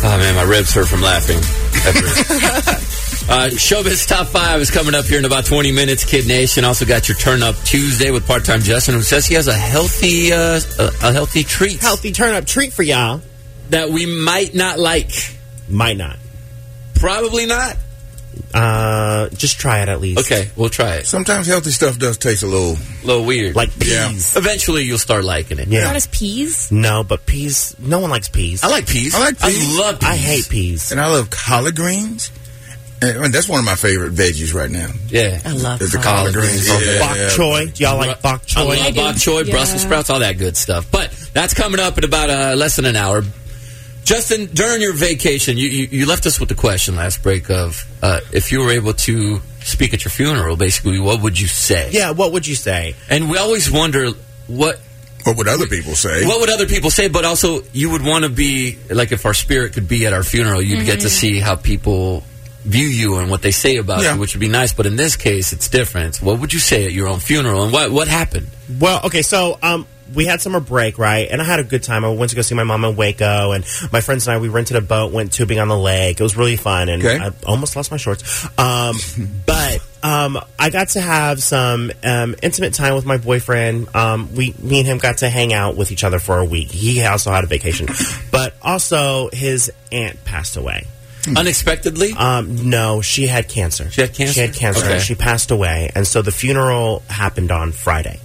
[SPEAKER 4] Oh man, my ribs hurt from laughing. At Bruce. uh, Showbiz Top 5 is coming up here in about 20 minutes. Kid Nation also got your Turn Up Tuesday with part time Justin, who says he has a healthy, uh, a, a healthy treat
[SPEAKER 10] Healthy turn up treat for y'all.
[SPEAKER 4] that we might not like.
[SPEAKER 10] Might not.
[SPEAKER 4] Probably not.
[SPEAKER 10] Uh, just try it at least.
[SPEAKER 4] Okay, we'll try it.
[SPEAKER 3] Sometimes healthy stuff does taste a little.
[SPEAKER 4] A little weird.
[SPEAKER 10] Like
[SPEAKER 3] Yeah.
[SPEAKER 10] peas.
[SPEAKER 4] Eventually, you'll start liking it.
[SPEAKER 10] Yeah.
[SPEAKER 7] Not as peas?
[SPEAKER 10] No, but peas. No one likes peas.
[SPEAKER 4] I like peas.
[SPEAKER 3] I like peas.
[SPEAKER 4] I love peas.
[SPEAKER 10] I hate peas.
[SPEAKER 3] And I love collard greens. And and that's one of my favorite veggies right now.
[SPEAKER 4] Yeah.
[SPEAKER 8] I love
[SPEAKER 3] Is the
[SPEAKER 8] collard.
[SPEAKER 3] collard greens? Yeah,
[SPEAKER 10] bok
[SPEAKER 3] yeah.
[SPEAKER 10] choy. Do y'all like bok
[SPEAKER 4] I
[SPEAKER 10] choy?
[SPEAKER 4] love bok choy,
[SPEAKER 7] Yeah.
[SPEAKER 4] Brussels sprouts, all that good stuff. But that's coming up in about uh, less than an hour. Justin, during your vacation, you, you, you left us with the question last break of uh, if you were able to speak at your funeral, basically, what would you say?
[SPEAKER 10] Yeah, what would you say?
[SPEAKER 4] And we always wonder what.
[SPEAKER 3] What would other people say?
[SPEAKER 4] What would other people say? But also, you would want to be like if our spirit could be at our funeral, you'd get
[SPEAKER 10] Mm-hmm.
[SPEAKER 4] to
[SPEAKER 16] Mhm.
[SPEAKER 4] see how people view you and what they say about you, which would be nice. But in this case, it's different. It's What would you say at your own funeral, and what what happened?
[SPEAKER 10] Well, okay, so um, we had summer break, right? And I had a good time. I went to go see my mom in Waco, and my friends and I we rented a boat, went tubing on the lake. It was really fun, and
[SPEAKER 5] Okay.
[SPEAKER 10] I almost lost my shorts. Um, but um, I got to have some um, intimate time with my boyfriend. Um, we, me and him, got to hang out with each other for a week. He also had a vacation, but also his aunt passed away.
[SPEAKER 4] Unexpectedly?
[SPEAKER 10] Um, no, she had cancer. She had
[SPEAKER 4] cancer?
[SPEAKER 10] She had cancer.
[SPEAKER 4] Okay.
[SPEAKER 10] She passed away, and so the funeral happened on Friday.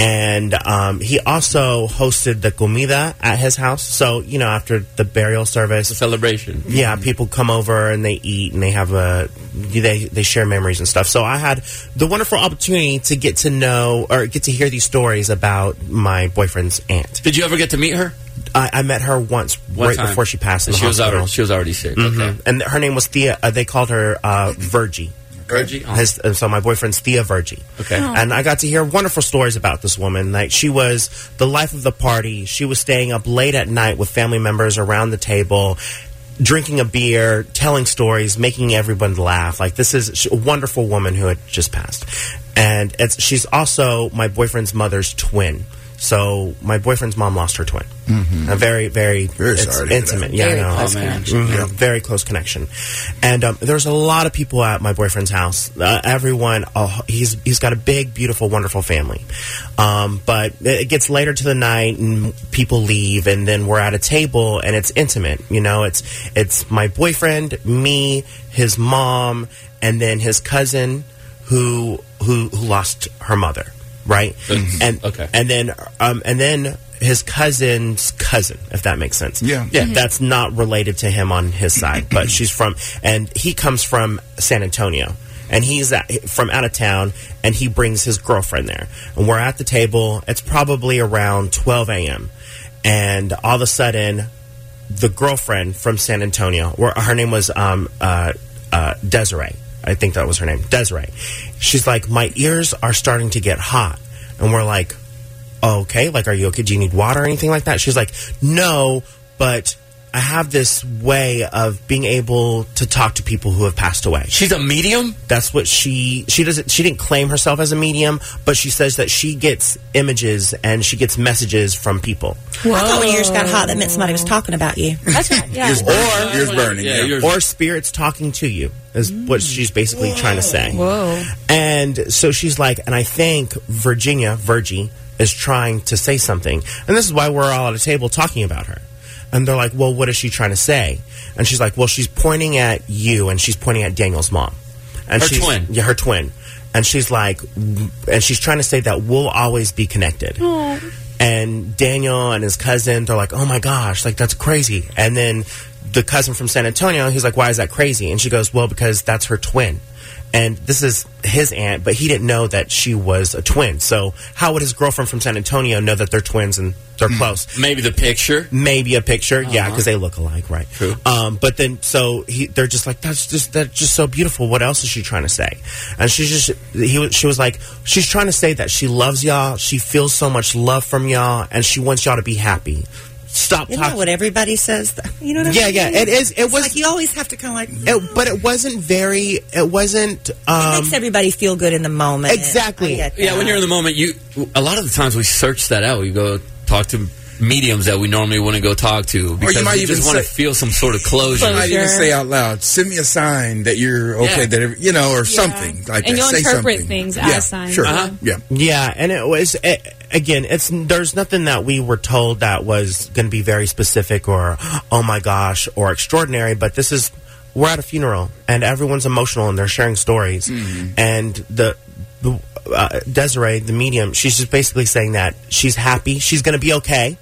[SPEAKER 10] And um, he also hosted the comida at his house. So you know, after the burial service, the
[SPEAKER 4] celebration.
[SPEAKER 10] Yeah, people come over and they eat and they have a they they share memories and stuff. So I had the wonderful opportunity to get to know or get to hear these stories about my boyfriend's aunt.
[SPEAKER 4] Did you ever get to meet her?
[SPEAKER 10] I, I met her once,
[SPEAKER 4] One
[SPEAKER 10] right
[SPEAKER 4] time.
[SPEAKER 10] before she passed. In
[SPEAKER 4] And
[SPEAKER 10] the
[SPEAKER 4] she was
[SPEAKER 10] hospital.
[SPEAKER 4] already she was already sick. Okay.
[SPEAKER 10] Mhm. And her name was Thea. Uh, they called her uh, Virgie.
[SPEAKER 4] Virgie? Oh.
[SPEAKER 10] His- uh, so my boyfriend's Thea Virgie.
[SPEAKER 4] Okay. Oh.
[SPEAKER 10] And I got to hear wonderful stories about this woman. Like she was the life of the party. She was staying up late at night with family members around the table. Drinking a beer, telling stories, making everyone laugh. Like this is sh- a wonderful woman who had just passed, and it's, she's also my boyfriend's mother's twin. So my boyfriend's mom lost her twin. A very, very, it's
[SPEAKER 3] Mm-hmm. sorry to hear that.
[SPEAKER 10] intimate. Yeah,
[SPEAKER 3] Very
[SPEAKER 10] no.
[SPEAKER 3] close Oh, man. connection.
[SPEAKER 10] Mhm.
[SPEAKER 3] Yeah.
[SPEAKER 10] Very close connection. And um, there's a lot of people at my boyfriend's house. Uh, everyone, uh, he's he's got a big, beautiful, wonderful family. Um, but it gets later to the night, and people leave, and then we're at a table, and it's intimate. You know, it's it's my boyfriend, me, his mom, and then his cousin who who who lost her mother, right? And Mm-hmm. okay, and then um, and then his cousin's cousin, if that makes sense.
[SPEAKER 3] Yeah.
[SPEAKER 10] yeah.
[SPEAKER 3] Mhm.
[SPEAKER 10] That's not related to him on his side, but she's from, and he comes from San Antonio. And he's at, from out of town, and he brings his girlfriend there. And we're at the table. It's probably around 12 a.m. And all of a sudden, the girlfriend from San Antonio, where her name was um, uh, uh, Desiree. I think that was her name, Desiree. She's like, my ears are starting to get hot, and we're like, okay, like, are you okay? Do you need water or anything like that? She's like, no, but I have this way of being able to talk to people who have passed away.
[SPEAKER 4] She's a medium.
[SPEAKER 10] That's what she she doesn't she didn't claim herself as a medium, but she says that she gets images and she gets messages from people.
[SPEAKER 8] I thought when yours got hot, that meant somebody was talking about you.
[SPEAKER 7] That's right. Yeah.
[SPEAKER 10] Or
[SPEAKER 3] Ears burning, yeah, yeah. ears-
[SPEAKER 10] or spirits talking to you is what she's basically trying to say.
[SPEAKER 7] Whoa.
[SPEAKER 10] And so she's like, and I think Virginia, Virgie, is trying to say something. And this is why we're all at a table talking about her. And they're like, well, what is she trying to say? And she's like, well, she's pointing at you and she's pointing at Daniel's mom. And
[SPEAKER 4] Her
[SPEAKER 10] she's,
[SPEAKER 4] twin.
[SPEAKER 10] Yeah, her twin. And she's like, w- and she's trying to say that we'll always be connected and Daniel and his cousin, they're like, "Oh my gosh, like that's crazy." And then the cousin from San Antonio, he's like, "Why is that crazy?" And she goes, "Well, because that's her twin." And this is his aunt, but he didn't know that she was a twin. So how would his girlfriend from San Antonio know that they're twins and they're close?
[SPEAKER 4] Maybe the picture.
[SPEAKER 10] Maybe a picture, yeah, 'cause yeah,
[SPEAKER 4] Uh-huh.
[SPEAKER 10] because they look alike, right? Um, but then, so he, they're just like, that's just that's just so beautiful. What else is she trying to say? And she's just, he, was- she was like, she's trying to say that she loves y'all. She feels so much love from y'all, and she wants y'all to be happy. Stop
[SPEAKER 8] Isn't that
[SPEAKER 10] talking.
[SPEAKER 8] what everybody says? though? You know what I
[SPEAKER 10] Yeah,
[SPEAKER 8] mean?
[SPEAKER 10] yeah, it is- it
[SPEAKER 8] It's
[SPEAKER 10] was-
[SPEAKER 8] like you always have to kind of like.
[SPEAKER 10] It, but it wasn't very. It wasn't. Um,
[SPEAKER 8] it makes everybody feel good in the moment.
[SPEAKER 10] Exactly.
[SPEAKER 8] I get
[SPEAKER 4] Yeah, when you're in the moment, you a lot of the times we search that out. We go talk to mediums that we normally wouldn't go talk to because
[SPEAKER 3] might
[SPEAKER 4] we just
[SPEAKER 3] even
[SPEAKER 4] want to
[SPEAKER 3] say-
[SPEAKER 4] feel some sort of closure.
[SPEAKER 3] You might even say out loud, send me a sign that you're okay,
[SPEAKER 4] Yeah.
[SPEAKER 3] that every- you know, or something like
[SPEAKER 7] And
[SPEAKER 3] that.
[SPEAKER 7] you'll
[SPEAKER 3] Say
[SPEAKER 7] interpret
[SPEAKER 3] something.
[SPEAKER 7] things
[SPEAKER 3] yeah,
[SPEAKER 7] as signs.
[SPEAKER 3] Sure.
[SPEAKER 7] Uh-huh.
[SPEAKER 3] Yeah.
[SPEAKER 10] Yeah, and it was it, again. It's there's nothing that we were told that was going to be very specific or oh my gosh or extraordinary. But this is we're at a funeral and everyone's emotional and they're sharing stories.
[SPEAKER 3] Mm-hmm.
[SPEAKER 10] And the, the uh, Desiree, the medium, she's just basically saying that she's happy, she's going to be okay.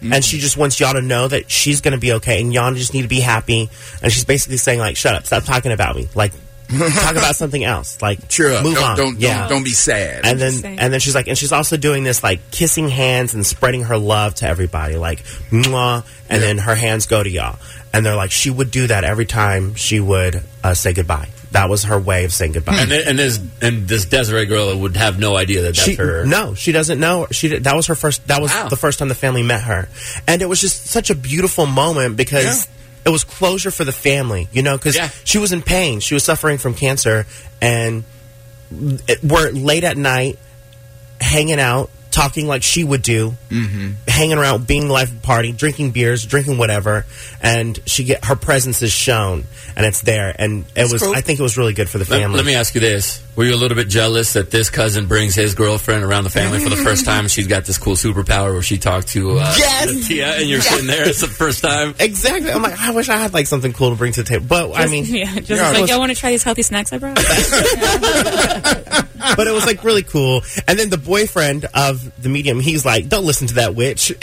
[SPEAKER 3] Mm-hmm.
[SPEAKER 10] And she just wants y'all to know that she's going to be okay, and y'all just need to be happy. And she's basically saying, like, shut up, stop talking about me. Like, Talk about something else. Like
[SPEAKER 3] Cheer up.
[SPEAKER 10] Move
[SPEAKER 3] Don't-
[SPEAKER 10] on.
[SPEAKER 3] don't-
[SPEAKER 10] yeah.
[SPEAKER 3] don't- don't be sad.
[SPEAKER 10] And then
[SPEAKER 3] Interesting.
[SPEAKER 10] and then she's like, and she's also doing this like kissing hands and spreading her love to everybody, like mwah, and then her hands go to y'all, and they're like, she would do that every time she would uh, say goodbye. That was her way of saying goodbye.
[SPEAKER 4] And, th- and this and this Desiree girl would have no idea that that's
[SPEAKER 10] She-
[SPEAKER 4] her.
[SPEAKER 10] No, she doesn't know. She did- that was her first. That was the first time the family met her, and it was just such a beautiful moment because it was closure for the family. You know, because she was in pain. She was suffering from cancer, and it, we're late at night, hanging out, talking like she would do,
[SPEAKER 16] Mm-hmm.
[SPEAKER 10] hanging around, being life of the party, drinking beers, drinking whatever, and she get her presence is shown, and it's there, and it
[SPEAKER 4] That's
[SPEAKER 10] was.
[SPEAKER 4] cool.
[SPEAKER 10] I think it was really good for the
[SPEAKER 4] Let-
[SPEAKER 10] family.
[SPEAKER 4] Let, me ask you this: Were you a little bit jealous that this cousin brings his girlfriend around the family for the first time? and She's got this cool superpower where she talked to uh,
[SPEAKER 10] Yes!
[SPEAKER 4] Tia, and you're sitting there. It's the first time.
[SPEAKER 10] Exactly. I'm like, I wish I had like something cool to bring to the table. But I
[SPEAKER 7] Just-
[SPEAKER 10] mean,
[SPEAKER 7] yeah, just like, y'all want to try these healthy snacks I brought?
[SPEAKER 10] but it was like really cool. And then the boyfriend of the medium, he's like, don't listen to that witch.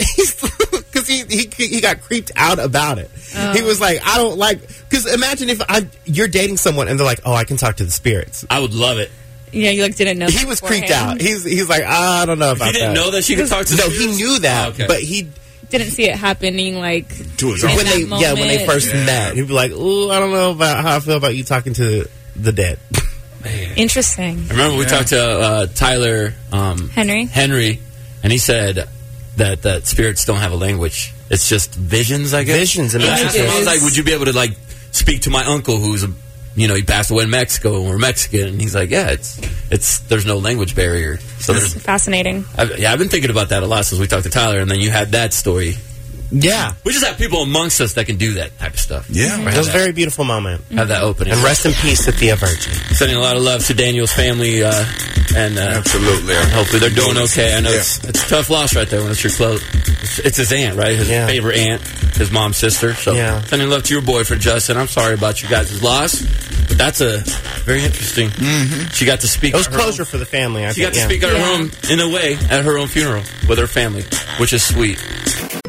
[SPEAKER 10] Because he, he he got creeped out about it.
[SPEAKER 16] Oh.
[SPEAKER 10] He was like, I don't like. Because imagine if I you're dating someone and they're like, oh, I can talk to the spirits.
[SPEAKER 4] I would love it.
[SPEAKER 7] yeah, you like didn't know.
[SPEAKER 10] He was creeped out. He's he's like, I don't know about
[SPEAKER 4] didn't
[SPEAKER 10] that.
[SPEAKER 4] know that she could talk to
[SPEAKER 10] No, he knew that, but he
[SPEAKER 7] didn't see it happening. Like
[SPEAKER 10] to
[SPEAKER 7] his own.
[SPEAKER 10] when they
[SPEAKER 7] In that
[SPEAKER 10] yeah when they
[SPEAKER 7] moment.
[SPEAKER 10] first
[SPEAKER 7] Yeah.
[SPEAKER 10] met, he'd be like, oh, I don't know about how I feel about you talking to the dead.
[SPEAKER 7] interesting.
[SPEAKER 4] Remember, we talked to uh, Tyler um,
[SPEAKER 7] Henry.
[SPEAKER 4] Henry, and he said that that spirits don't have a language. It's just visions, I guess.
[SPEAKER 10] Visions and
[SPEAKER 4] I asked him, I was
[SPEAKER 10] messages.
[SPEAKER 4] like, "Would you be able to like speak to my uncle who's a, you know, he passed away in Mexico and we're Mexican?" And he's like, "Yeah, it's it's there's no language barrier." So there's,
[SPEAKER 7] Fascinating.
[SPEAKER 4] I've, yeah, I've been thinking about that a lot since we talked to Tyler, and then you had that story.
[SPEAKER 10] Yeah,
[SPEAKER 4] we just have people amongst us that can do that type of stuff.
[SPEAKER 10] Yeah,
[SPEAKER 4] Right.
[SPEAKER 10] it was a very beautiful moment.
[SPEAKER 4] Have that opening.
[SPEAKER 10] And rest in peace, Thea Virgin.
[SPEAKER 4] Sending a lot of love to Daniel's family, uh, and uh, absolutely. Hopefully, they're doing okay. I know it's, it's a tough loss right there when it's your close. It's, it's his aunt, right? His favorite aunt, his mom's sister. So,
[SPEAKER 10] Yeah.
[SPEAKER 4] sending love to your boyfriend Justin. I'm sorry about you guys' loss, but that's a very interesting. She got to speak.
[SPEAKER 10] It Mm-hmm. was
[SPEAKER 4] at her own-
[SPEAKER 10] closure for the family. I
[SPEAKER 4] she got
[SPEAKER 10] think,
[SPEAKER 4] to
[SPEAKER 10] yeah.
[SPEAKER 4] speak at her own in a way at her own funeral with her family, which is sweet.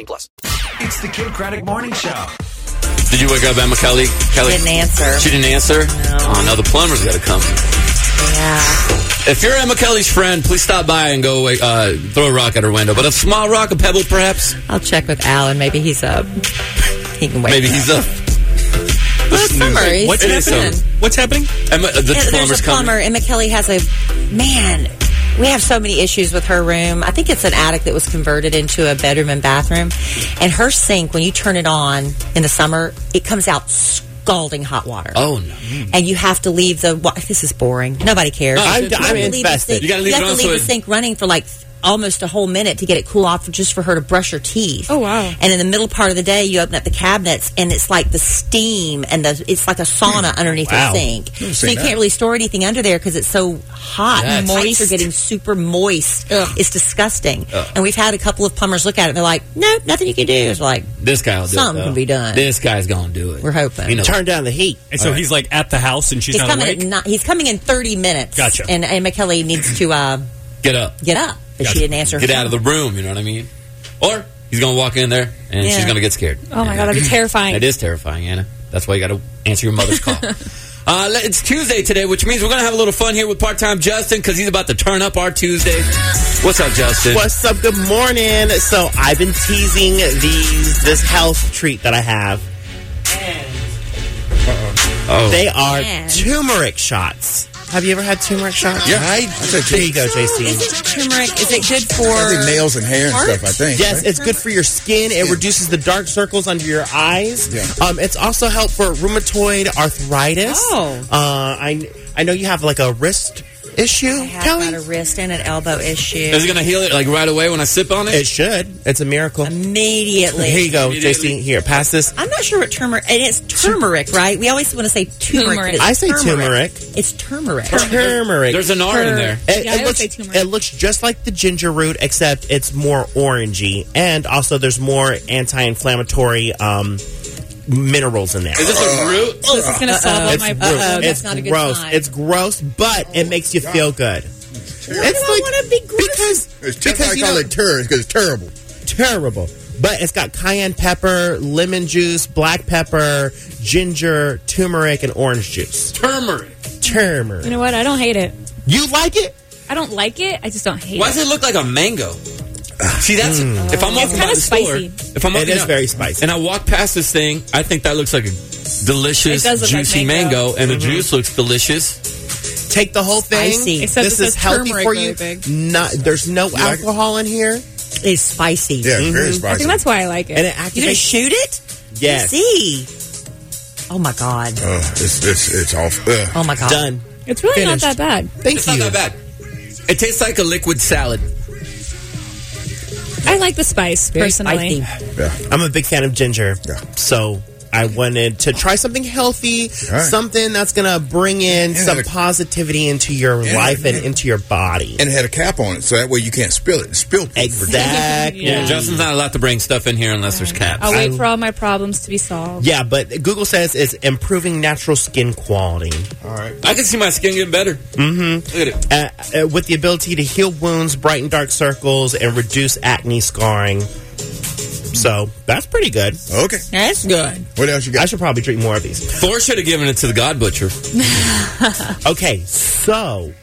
[SPEAKER 17] plus.
[SPEAKER 2] It's the Kid Craddock Morning Show.
[SPEAKER 4] Did you wake up Emma Kelly? Kelly
[SPEAKER 8] Didn't answer.
[SPEAKER 4] She didn't answer. Oh, now the plumber's got to come. If you're Emma Kelly's friend, please stop by and go away, uh, throw a rock at her window. But a small rock, a pebble, perhaps.
[SPEAKER 8] I'll check with Alan. Maybe he's up. He can wait.
[SPEAKER 4] Maybe he's up.
[SPEAKER 8] summer.
[SPEAKER 4] What's
[SPEAKER 8] It's
[SPEAKER 4] happening?
[SPEAKER 8] happening.
[SPEAKER 4] What's happening? Emma, uh, the
[SPEAKER 8] Yeah,
[SPEAKER 4] plumber's
[SPEAKER 8] there's a
[SPEAKER 4] coming.
[SPEAKER 8] plumber, and McKelly has a man. We have so many issues with her room. I think it's an attic that was converted into a bedroom and bathroom. And her sink, when you turn it on in the summer, it comes out scalding hot water.
[SPEAKER 4] Oh no!
[SPEAKER 8] And you have to leave the. Wa- this is boring. Nobody cares.
[SPEAKER 10] No, I'm-
[SPEAKER 8] You have
[SPEAKER 10] I'm
[SPEAKER 8] to leave the
[SPEAKER 10] invested.
[SPEAKER 8] sink-
[SPEAKER 10] You gotta leave
[SPEAKER 8] have
[SPEAKER 10] it
[SPEAKER 8] to
[SPEAKER 10] on
[SPEAKER 8] leave
[SPEAKER 10] so
[SPEAKER 8] the
[SPEAKER 10] it-
[SPEAKER 8] sink running for like almost a whole minute to get it cool off, just for her to brush her teeth. Oh
[SPEAKER 7] wow!
[SPEAKER 8] And in the middle part of the day, you open up the cabinets, and it's like the steam and the. It's like a sauna underneath
[SPEAKER 10] Wow.
[SPEAKER 8] the sink,
[SPEAKER 10] Never
[SPEAKER 8] so
[SPEAKER 10] seen
[SPEAKER 8] you
[SPEAKER 10] that.
[SPEAKER 8] can't really store anything under there because it's so hot.
[SPEAKER 10] Yes.
[SPEAKER 8] and Moist.
[SPEAKER 10] Moist.
[SPEAKER 8] are getting super moist. It's disgusting.
[SPEAKER 4] Ugh.
[SPEAKER 8] And we've had a couple of plumbers look at it. and They're like, "Nope, nothing you can do." It's like
[SPEAKER 4] This guy will do
[SPEAKER 8] Something
[SPEAKER 4] it. though.
[SPEAKER 8] can be done.
[SPEAKER 4] This guy's gonna do it.
[SPEAKER 8] We're hoping.
[SPEAKER 4] You know,
[SPEAKER 8] Turn down the heat.
[SPEAKER 13] And so
[SPEAKER 4] All right.
[SPEAKER 13] he's like at the house, and she's
[SPEAKER 8] he's
[SPEAKER 13] not
[SPEAKER 8] coming
[SPEAKER 13] awake.
[SPEAKER 8] at ni- he's coming in thirty minutes.
[SPEAKER 13] Gotcha.
[SPEAKER 8] And Emma Kelly needs to uh,
[SPEAKER 4] Get up.
[SPEAKER 8] get up, but
[SPEAKER 4] Gotcha.
[SPEAKER 8] she didn't answer. her
[SPEAKER 4] Get out of the
[SPEAKER 8] phone.
[SPEAKER 4] room. You know what I mean? Or he's gonna walk in there and
[SPEAKER 8] Yeah.
[SPEAKER 4] she's gonna get scared.
[SPEAKER 7] Oh my god, that'd be terrifying.
[SPEAKER 4] It is terrifying, Anna. That's why you got to answer your mother's call. Uh, le- it's Tuesday today, which means we're going to have a little fun here with part-time Justin because he's about to turn up our Tuesday. What's up, Justin?
[SPEAKER 10] What's up? Good morning. So I've been teasing these this health treat that I have.
[SPEAKER 4] Oh.
[SPEAKER 10] They are
[SPEAKER 8] And-
[SPEAKER 10] turmeric shots. Have you ever had turmeric shots?
[SPEAKER 8] Yeah.
[SPEAKER 10] Right? There you go, JC.
[SPEAKER 8] Turmeric is it good for
[SPEAKER 10] Yes, it's good for your skin. It reduces the dark circles under your eyes. Um, it's also help for rheumatoid arthritis.
[SPEAKER 8] Oh.
[SPEAKER 10] Uh, I I know you have like a wrist issue?
[SPEAKER 8] I have got a wrist and an elbow issue.
[SPEAKER 4] Is it going to heal it like right away when I sip on it?
[SPEAKER 10] It should. It's a miracle.
[SPEAKER 8] Immediately.
[SPEAKER 10] Here you go, JC. Here, pass this.
[SPEAKER 8] I'm not sure what turmeric. And it's turmeric, right? We always want to say turmeric. but it's
[SPEAKER 10] I say turmeric.
[SPEAKER 8] It's turmeric.
[SPEAKER 10] Turmeric.
[SPEAKER 4] There's an R in there.
[SPEAKER 10] It,
[SPEAKER 8] Yeah, I
[SPEAKER 10] it looks,
[SPEAKER 8] would say
[SPEAKER 10] it looks just like the ginger root, except it's more orangey, and also there's more anti-inflammatory um, minerals in there.
[SPEAKER 4] Is this a root?
[SPEAKER 8] This is gonna solve all
[SPEAKER 10] It's
[SPEAKER 8] my
[SPEAKER 10] gross.
[SPEAKER 8] problems. That's
[SPEAKER 10] It's
[SPEAKER 8] not a good
[SPEAKER 10] gross.
[SPEAKER 8] sign.
[SPEAKER 10] It's gross, but it makes you feel good. It's like because
[SPEAKER 3] It's just because, I call it turd because it's terrible.
[SPEAKER 10] terrible. But it's got cayenne pepper, lemon juice, black pepper, ginger, turmeric, and orange juice.
[SPEAKER 4] Turmeric.
[SPEAKER 10] Turmeric.
[SPEAKER 7] You know what? I don't hate it.
[SPEAKER 10] You like it?
[SPEAKER 7] I don't like it. I just don't hate
[SPEAKER 4] Why
[SPEAKER 7] it.
[SPEAKER 4] does it look like a mango? See, that's if I'm
[SPEAKER 7] It's
[SPEAKER 4] walking by
[SPEAKER 7] kinda
[SPEAKER 4] the store.
[SPEAKER 7] spicy.
[SPEAKER 4] If I'm
[SPEAKER 10] Mm. It
[SPEAKER 4] walking
[SPEAKER 10] is
[SPEAKER 4] out-
[SPEAKER 10] very spicy.
[SPEAKER 4] and I walk past this thing, I think that looks like a delicious,
[SPEAKER 10] It does look like
[SPEAKER 4] juicy mango.
[SPEAKER 10] mango.
[SPEAKER 4] and
[SPEAKER 10] Mhm.
[SPEAKER 4] the juice looks delicious.
[SPEAKER 10] Take the whole thing.
[SPEAKER 8] Spicy. It says
[SPEAKER 10] This
[SPEAKER 8] it
[SPEAKER 10] is
[SPEAKER 8] says
[SPEAKER 10] healthy
[SPEAKER 8] turmeric
[SPEAKER 10] for
[SPEAKER 8] really
[SPEAKER 10] you.
[SPEAKER 8] big.
[SPEAKER 10] Not there's no
[SPEAKER 8] like it?
[SPEAKER 10] alcohol in here.
[SPEAKER 8] It's spicy.
[SPEAKER 10] Yeah, it's very Mhm. spicy.
[SPEAKER 7] I think that's why I like it.
[SPEAKER 10] And it activates-
[SPEAKER 8] You gonna shoot it?
[SPEAKER 10] Yes.
[SPEAKER 8] See. Oh my god.
[SPEAKER 3] Ugh, it's it's it's awful. Ugh.
[SPEAKER 10] Um,
[SPEAKER 8] Oh my god.
[SPEAKER 10] Done.
[SPEAKER 7] It's really
[SPEAKER 10] Finished.
[SPEAKER 7] not that bad.
[SPEAKER 10] Thank
[SPEAKER 4] it's not that bad. It tastes like a liquid salad.
[SPEAKER 7] I like the spice personally.
[SPEAKER 10] I'm a big fan of ginger. So I wanted to try something healthy, something that's going to bring in some positivity into your life and into your body.
[SPEAKER 3] And it had a cap on it, so that way you can't spill it. It's spilled.
[SPEAKER 10] Exactly.
[SPEAKER 4] Yeah. Justin's not allowed to bring stuff in here unless there's caps.
[SPEAKER 7] I'll wait for all my problems to be solved.
[SPEAKER 10] Yeah, but Google says it's improving natural skin quality.
[SPEAKER 3] All right.
[SPEAKER 4] I can see my skin getting better.
[SPEAKER 10] Mm-hmm.
[SPEAKER 4] Look at it.
[SPEAKER 10] Uh, uh, with the ability to heal wounds, brighten dark circles, and reduce acne scarring. So that's pretty good.
[SPEAKER 3] Okay.
[SPEAKER 8] That's good.
[SPEAKER 3] What else you got?
[SPEAKER 10] I should probably drink more of these.
[SPEAKER 4] Thor should have given it to the God Butcher.
[SPEAKER 10] okay, so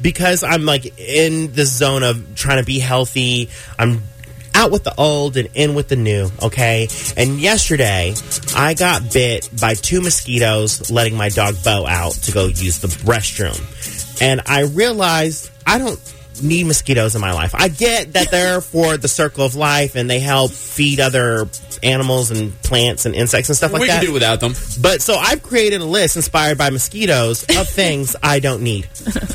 [SPEAKER 10] because I'm like in the zone of trying to be healthy, I'm out with the old and in with the new, okay? And yesterday, I got bit by two mosquitoes letting my dog Bo out to go use the restroom. And I realized I don't need mosquitoes in my life. I get that they're for the circle of life and they help feed other animals and plants and insects and stuff like
[SPEAKER 4] we
[SPEAKER 10] that.
[SPEAKER 4] can do without them.
[SPEAKER 10] But so I've created a list inspired by mosquitoes of things I don't need.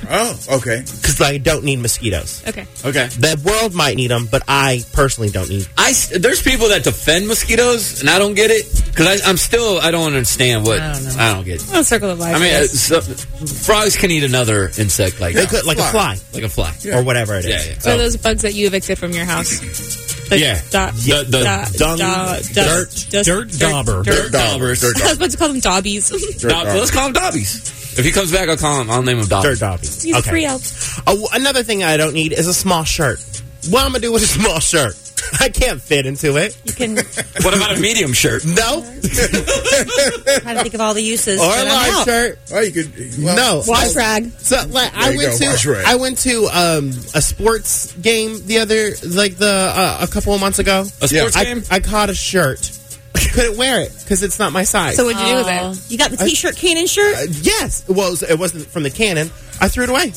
[SPEAKER 3] Oh, okay.
[SPEAKER 10] Because I don't need mosquitoes.
[SPEAKER 7] Okay.
[SPEAKER 4] Okay.
[SPEAKER 10] The world might need them, but I personally don't need.
[SPEAKER 4] I s- there's people that defend mosquitoes, and I don't get it because I'm still I don't understand what I don't, get.
[SPEAKER 7] Well, circle of life.
[SPEAKER 4] I mean, uh,
[SPEAKER 7] is.
[SPEAKER 4] so, frogs can eat another insect like
[SPEAKER 10] They
[SPEAKER 4] that.
[SPEAKER 10] could- like a Fly. fly.
[SPEAKER 4] like a fly,
[SPEAKER 10] Or whatever it is.
[SPEAKER 4] Yeah, yeah.
[SPEAKER 7] so those bugs that you evicted from your house. The
[SPEAKER 4] Yeah.
[SPEAKER 7] Dot,
[SPEAKER 4] The- the
[SPEAKER 7] dot-
[SPEAKER 4] dung-
[SPEAKER 7] dot- dust- dust-
[SPEAKER 13] dirt dauber.
[SPEAKER 4] Dirt daubers. Dirt
[SPEAKER 7] I was about to call them dobbies.
[SPEAKER 4] Dob- Let's call him Dobbies. If he comes back, I'll call him. I'll name him Dobbies.
[SPEAKER 10] Dirt dobbies.
[SPEAKER 7] He's
[SPEAKER 10] Okay.
[SPEAKER 7] free elf.
[SPEAKER 10] Oh, another thing I don't need is a small shirt. What am I gonna do with a small shirt? I can't fit into it.
[SPEAKER 8] You can
[SPEAKER 4] What about a medium shirt?
[SPEAKER 10] No,
[SPEAKER 8] try to think of all the uses.
[SPEAKER 10] or a
[SPEAKER 8] but I'm
[SPEAKER 10] large
[SPEAKER 8] out.
[SPEAKER 10] shirt.
[SPEAKER 3] Oh, you could. well,
[SPEAKER 10] no,
[SPEAKER 8] Wash rag.
[SPEAKER 10] So like,
[SPEAKER 3] There
[SPEAKER 10] I
[SPEAKER 3] you
[SPEAKER 10] went
[SPEAKER 3] go, wash
[SPEAKER 10] to
[SPEAKER 3] rag.
[SPEAKER 10] I went to um, a sports game the other like the uh, a couple of months ago.
[SPEAKER 4] A sports
[SPEAKER 10] I,
[SPEAKER 4] game?
[SPEAKER 10] I caught a shirt. Couldn't wear it because it's not my size.
[SPEAKER 7] So what'd you do with it?
[SPEAKER 8] You got the t-shirt cannon shirt.
[SPEAKER 10] Uh, yes, well, it was- it wasn't from the cannon. I threw it away.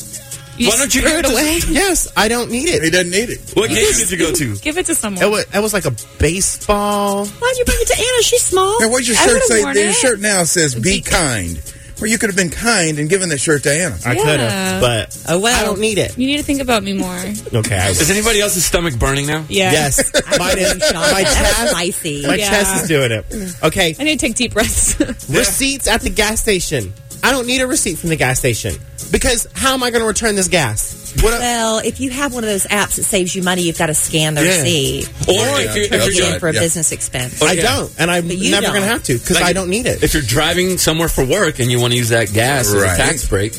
[SPEAKER 7] You
[SPEAKER 4] Why don't you
[SPEAKER 7] threw
[SPEAKER 4] give
[SPEAKER 7] it
[SPEAKER 4] it to-
[SPEAKER 7] away?
[SPEAKER 10] Yes, I don't need it.
[SPEAKER 3] He doesn't need it.
[SPEAKER 4] What game did you go to?
[SPEAKER 7] Give it to someone.
[SPEAKER 10] It was, it was like a baseball.
[SPEAKER 8] Why'd you bring it to Anna? She's small.
[SPEAKER 3] Now, what's your
[SPEAKER 7] I
[SPEAKER 3] shirt
[SPEAKER 7] would've
[SPEAKER 3] say?
[SPEAKER 7] worn
[SPEAKER 3] Your
[SPEAKER 7] it.
[SPEAKER 3] shirt now says "Be kind." Well, you could have been kind and given that shirt to Anna.
[SPEAKER 10] I
[SPEAKER 7] Yeah.
[SPEAKER 10] could have, but
[SPEAKER 8] Oh well.
[SPEAKER 10] I don't need it.
[SPEAKER 7] You need to think about me more.
[SPEAKER 10] Okay. I
[SPEAKER 4] Is anybody else's stomach burning now?
[SPEAKER 7] Yeah.
[SPEAKER 10] Yes, mine is. My
[SPEAKER 8] That's
[SPEAKER 10] chest,
[SPEAKER 8] spicy.
[SPEAKER 10] my
[SPEAKER 7] Yeah.
[SPEAKER 10] chest is doing it. Okay,
[SPEAKER 7] I need to take deep breaths.
[SPEAKER 10] receipts at the gas station. I don't need a receipt from the gas station because how am I going to return this gas? What? a-
[SPEAKER 8] Well, if you have one of those apps that saves you money, you've got to scan the
[SPEAKER 10] Yeah.
[SPEAKER 8] receipt.
[SPEAKER 4] Or if, you,
[SPEAKER 8] Turn
[SPEAKER 4] if
[SPEAKER 8] it
[SPEAKER 4] you're
[SPEAKER 8] in for a
[SPEAKER 3] yeah.
[SPEAKER 8] business expense.
[SPEAKER 10] I
[SPEAKER 4] Oh, yeah.
[SPEAKER 10] don't, and I'm
[SPEAKER 8] But you
[SPEAKER 10] never
[SPEAKER 8] don't.
[SPEAKER 10] going to have to because
[SPEAKER 4] Like-
[SPEAKER 10] I don't need it.
[SPEAKER 4] if you're driving somewhere for work and you want to use that gas as
[SPEAKER 3] Right.
[SPEAKER 4] a tax break,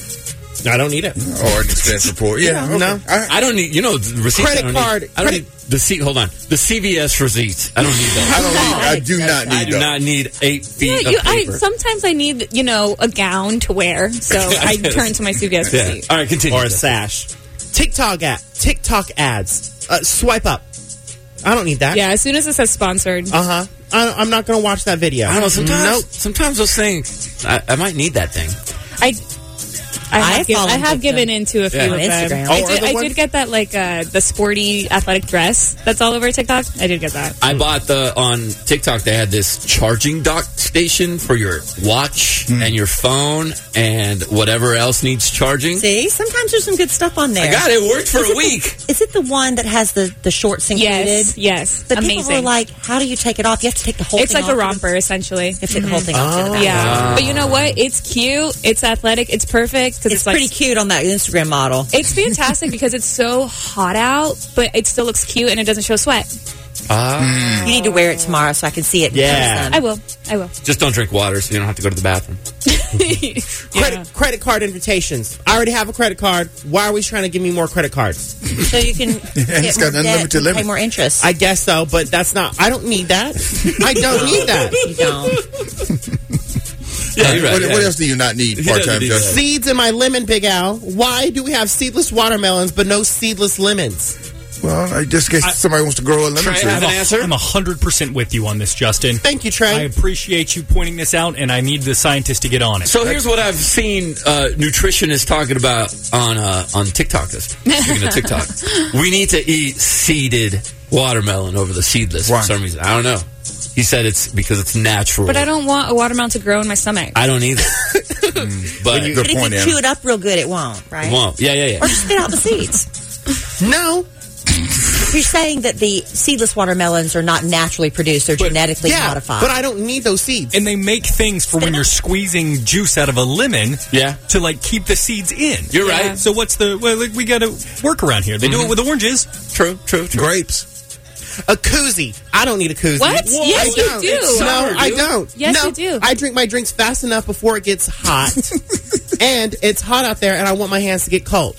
[SPEAKER 10] I don't need it.
[SPEAKER 3] Or an expense report. Yeah.
[SPEAKER 10] Yeah, no.
[SPEAKER 3] okay. I-
[SPEAKER 4] I don't need. You know, the receipt.
[SPEAKER 10] Credit
[SPEAKER 4] I don't
[SPEAKER 10] card-
[SPEAKER 4] Need, I don't need the seat. Hold on. The CVS receipts. I don't need those.
[SPEAKER 3] I don't need. I do not need.
[SPEAKER 4] I do
[SPEAKER 3] those.
[SPEAKER 4] not need eight
[SPEAKER 7] Yeah,
[SPEAKER 4] feet
[SPEAKER 7] you,
[SPEAKER 4] of
[SPEAKER 7] I,
[SPEAKER 4] paper.
[SPEAKER 7] sometimes I need, you know, a gown to wear, so I
[SPEAKER 4] Yes.
[SPEAKER 7] turn to my CVS
[SPEAKER 4] yeah.
[SPEAKER 7] receipt.
[SPEAKER 4] All right, continue.
[SPEAKER 10] or a sash. TikTok app, TikTok ads, uh, swipe up. I don't need that.
[SPEAKER 7] Yeah, as soon as it says sponsored,
[SPEAKER 10] Uh huh. I'm not going to watch that video.
[SPEAKER 4] I don't know. Sometimes,
[SPEAKER 10] Nope.
[SPEAKER 4] sometimes those things, I, I might need that thing.
[SPEAKER 7] I I
[SPEAKER 8] I
[SPEAKER 7] have, giv-
[SPEAKER 8] follow
[SPEAKER 7] I have given in to a few
[SPEAKER 8] Yeah.
[SPEAKER 7] of
[SPEAKER 8] On
[SPEAKER 7] them.
[SPEAKER 8] Instagram.
[SPEAKER 7] I,
[SPEAKER 8] Oh, are
[SPEAKER 7] did,
[SPEAKER 8] the
[SPEAKER 7] I
[SPEAKER 8] ones-
[SPEAKER 7] did get that like uh, the sporty athletic dress that's all over TikTok. I did get that.
[SPEAKER 4] I bought the on TikTok. They had this charging dock station for your watch and your phone and whatever else needs charging.
[SPEAKER 8] See, sometimes there's some good stuff on there.
[SPEAKER 4] I got it. It worked for a week.
[SPEAKER 8] Is it the one that has the the shorts included?
[SPEAKER 7] Yes, yes.
[SPEAKER 8] But people
[SPEAKER 7] Amazing.
[SPEAKER 8] are like, how do you take it off? You have to take the whole.
[SPEAKER 7] It's
[SPEAKER 8] thing
[SPEAKER 7] like a
[SPEAKER 8] off.
[SPEAKER 7] romper essentially. If
[SPEAKER 8] the whole thing off to the back.
[SPEAKER 7] Yeah,
[SPEAKER 8] Wow.
[SPEAKER 7] but you know what? It's cute. It's athletic. It's perfect because it's, like
[SPEAKER 8] Pretty cute on that Instagram model.
[SPEAKER 7] It's fantastic because it's so hot out, but it still looks cute and it doesn't show sweat.
[SPEAKER 8] You need to wear it tomorrow so I can see it. in
[SPEAKER 4] Yeah.
[SPEAKER 8] person.
[SPEAKER 7] I will. I will.
[SPEAKER 4] Just don't drink water, so you don't have to go to the bathroom.
[SPEAKER 10] Credit, credit card invitations. I already have a credit card. Why are we trying to give me more credit cards?
[SPEAKER 8] So you can get
[SPEAKER 10] he's
[SPEAKER 8] more
[SPEAKER 10] got
[SPEAKER 8] debt
[SPEAKER 10] unlimited
[SPEAKER 8] and pay
[SPEAKER 10] limit.
[SPEAKER 8] more interest.
[SPEAKER 10] I guess so, but that's not. I don't need that. I don't need that.
[SPEAKER 8] You don't.
[SPEAKER 3] Yeah,
[SPEAKER 10] you're right,
[SPEAKER 3] what,
[SPEAKER 10] yeah.
[SPEAKER 3] what else do you not need part time, Justin?
[SPEAKER 10] Seeds in my lemon, Big Al. Why do we have seedless watermelons but no seedless lemons?
[SPEAKER 3] Well, I just guess somebody wants to grow a lemon
[SPEAKER 13] Trey,
[SPEAKER 3] tree.
[SPEAKER 13] I'm a- I'm 100% with you on this, Justin.
[SPEAKER 10] Thank you, Trey.
[SPEAKER 13] I appreciate you pointing this out, and I need the scientists to get on it.
[SPEAKER 4] So here's what I've seen uh, nutritionists talking about on uh, on TikTok. This speaking of TikTok, we need to eat seeded watermelon over the seedless for some reason. I don't know. He said it's because it's natural.
[SPEAKER 7] But I don't want a watermelon to grow in my stomach.
[SPEAKER 4] I don't either. but
[SPEAKER 8] but if you chew it up real good, it won't, right?
[SPEAKER 4] It won't. Yeah, yeah, yeah.
[SPEAKER 8] Or just spit out the seeds. no. You're saying that the seedless watermelons are not naturally produced; they're genetically modified.
[SPEAKER 10] but I don't need those seeds.
[SPEAKER 13] And they make things for when you're squeezing juice out of a lemon,
[SPEAKER 4] yeah,
[SPEAKER 13] to like keep the seeds in.
[SPEAKER 4] You're right. Mm-hmm. Yeah.
[SPEAKER 13] So what's the well, like, we got to work around here? They do it with oranges.
[SPEAKER 4] True, true, true.
[SPEAKER 13] Grapes.
[SPEAKER 10] A koozie. I don't need a koozie.
[SPEAKER 13] What?
[SPEAKER 10] Whoa,
[SPEAKER 13] Yes,
[SPEAKER 10] I
[SPEAKER 13] you
[SPEAKER 10] don't.
[SPEAKER 13] do. It's
[SPEAKER 10] No,
[SPEAKER 13] summer,
[SPEAKER 10] I
[SPEAKER 13] dude.
[SPEAKER 10] don't.
[SPEAKER 13] Yes,
[SPEAKER 10] no,
[SPEAKER 13] you
[SPEAKER 10] do. I drink my drinks fast enough before it gets hot, and it's hot out there, and I want my hands to get cold.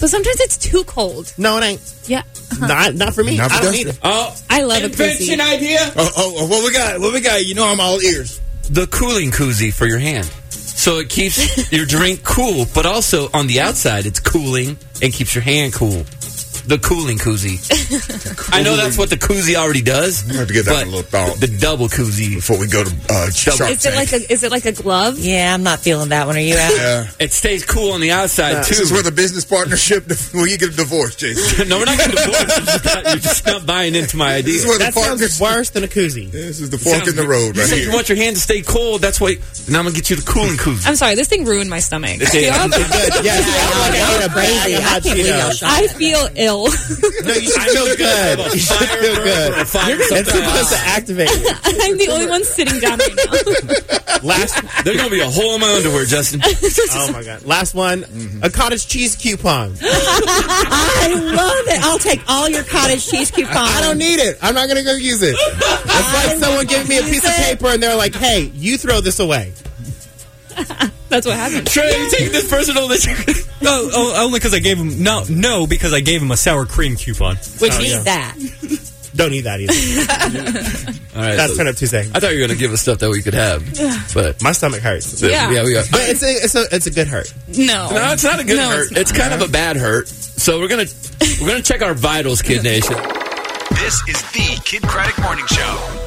[SPEAKER 7] But sometimes it's too cold.
[SPEAKER 10] No, it ain't.
[SPEAKER 7] Yeah.
[SPEAKER 10] Not, not for me.
[SPEAKER 3] Not for
[SPEAKER 10] I don't
[SPEAKER 3] Dustin.
[SPEAKER 10] need it.
[SPEAKER 4] Oh,
[SPEAKER 7] I love a koozie.
[SPEAKER 4] idea.
[SPEAKER 3] Oh, oh, oh, what we got? What we got? You know, I'm all ears.
[SPEAKER 4] the cooling koozie for your hand. So it keeps your drink cool, but also on the outside, it's cooling and keeps your hand cool. The cooling koozie. I know that's what the koozie already does.
[SPEAKER 3] have to get
[SPEAKER 4] but
[SPEAKER 3] that little thought.
[SPEAKER 4] The double koozie.
[SPEAKER 3] Before we go to uh, Shark
[SPEAKER 7] Is it like a is it like a glove?
[SPEAKER 8] Yeah, I'm not feeling that one. Are you? Al?
[SPEAKER 4] It stays cool on the outside,
[SPEAKER 3] Nah,
[SPEAKER 4] too.
[SPEAKER 3] This is where the business partnership, where you get a divorce, Jason.
[SPEAKER 4] no, we're not getting divorced. You're just not, you're just not buying into my idea.
[SPEAKER 3] This is where the
[SPEAKER 10] That sounds worse than a koozie.
[SPEAKER 3] This is the fork in the road
[SPEAKER 4] You
[SPEAKER 3] right
[SPEAKER 4] said you
[SPEAKER 3] here.
[SPEAKER 4] want your hand to stay cold. That's why. Now I'm gonna get you the cooling koozie.
[SPEAKER 7] I'm sorry, this thing ruined my stomach.
[SPEAKER 4] It's-
[SPEAKER 7] Yeah.
[SPEAKER 4] it's good. Yes.
[SPEAKER 10] I ate a crazy hot Cheeto.
[SPEAKER 7] I feel ill.
[SPEAKER 10] No, you should feel good. You should feel good. It's supposed to activate. you.
[SPEAKER 7] I'm the only one sitting down right now.
[SPEAKER 4] Last, there's gonna be a hole in my underwear, Justin.
[SPEAKER 10] oh my god! Last one, a cottage cheese coupon.
[SPEAKER 8] I love it. I'll take all your cottage cheese coupons.
[SPEAKER 10] I don't need it. I'm not gonna go use it. It's like someone giving me a piece of paper and they're like, "Hey, you throw this away."
[SPEAKER 7] That's what happened.
[SPEAKER 4] Trey, you take this personal. This
[SPEAKER 13] No, oh, only because I gave him no, no, because I gave him a sour cream coupon.
[SPEAKER 8] Which
[SPEAKER 13] Oh,
[SPEAKER 8] needs
[SPEAKER 13] yeah.
[SPEAKER 8] that.
[SPEAKER 10] Don't need that either.
[SPEAKER 4] All right,
[SPEAKER 10] That's
[SPEAKER 4] so-
[SPEAKER 10] turn up Tuesday.
[SPEAKER 4] I thought you were gonna give us stuff that we could have, but
[SPEAKER 10] My stomach hurts.
[SPEAKER 4] yeah, we are.
[SPEAKER 10] But it's a, it's a it's a good hurt.
[SPEAKER 7] No.
[SPEAKER 4] No, it's not a good
[SPEAKER 7] No,
[SPEAKER 4] hurt.
[SPEAKER 7] it's
[SPEAKER 4] It's, kind of a bad hurt. So we're gonna we're gonna check our vitals, Kid Nation.
[SPEAKER 2] This is the Kid Craddock Morning Show.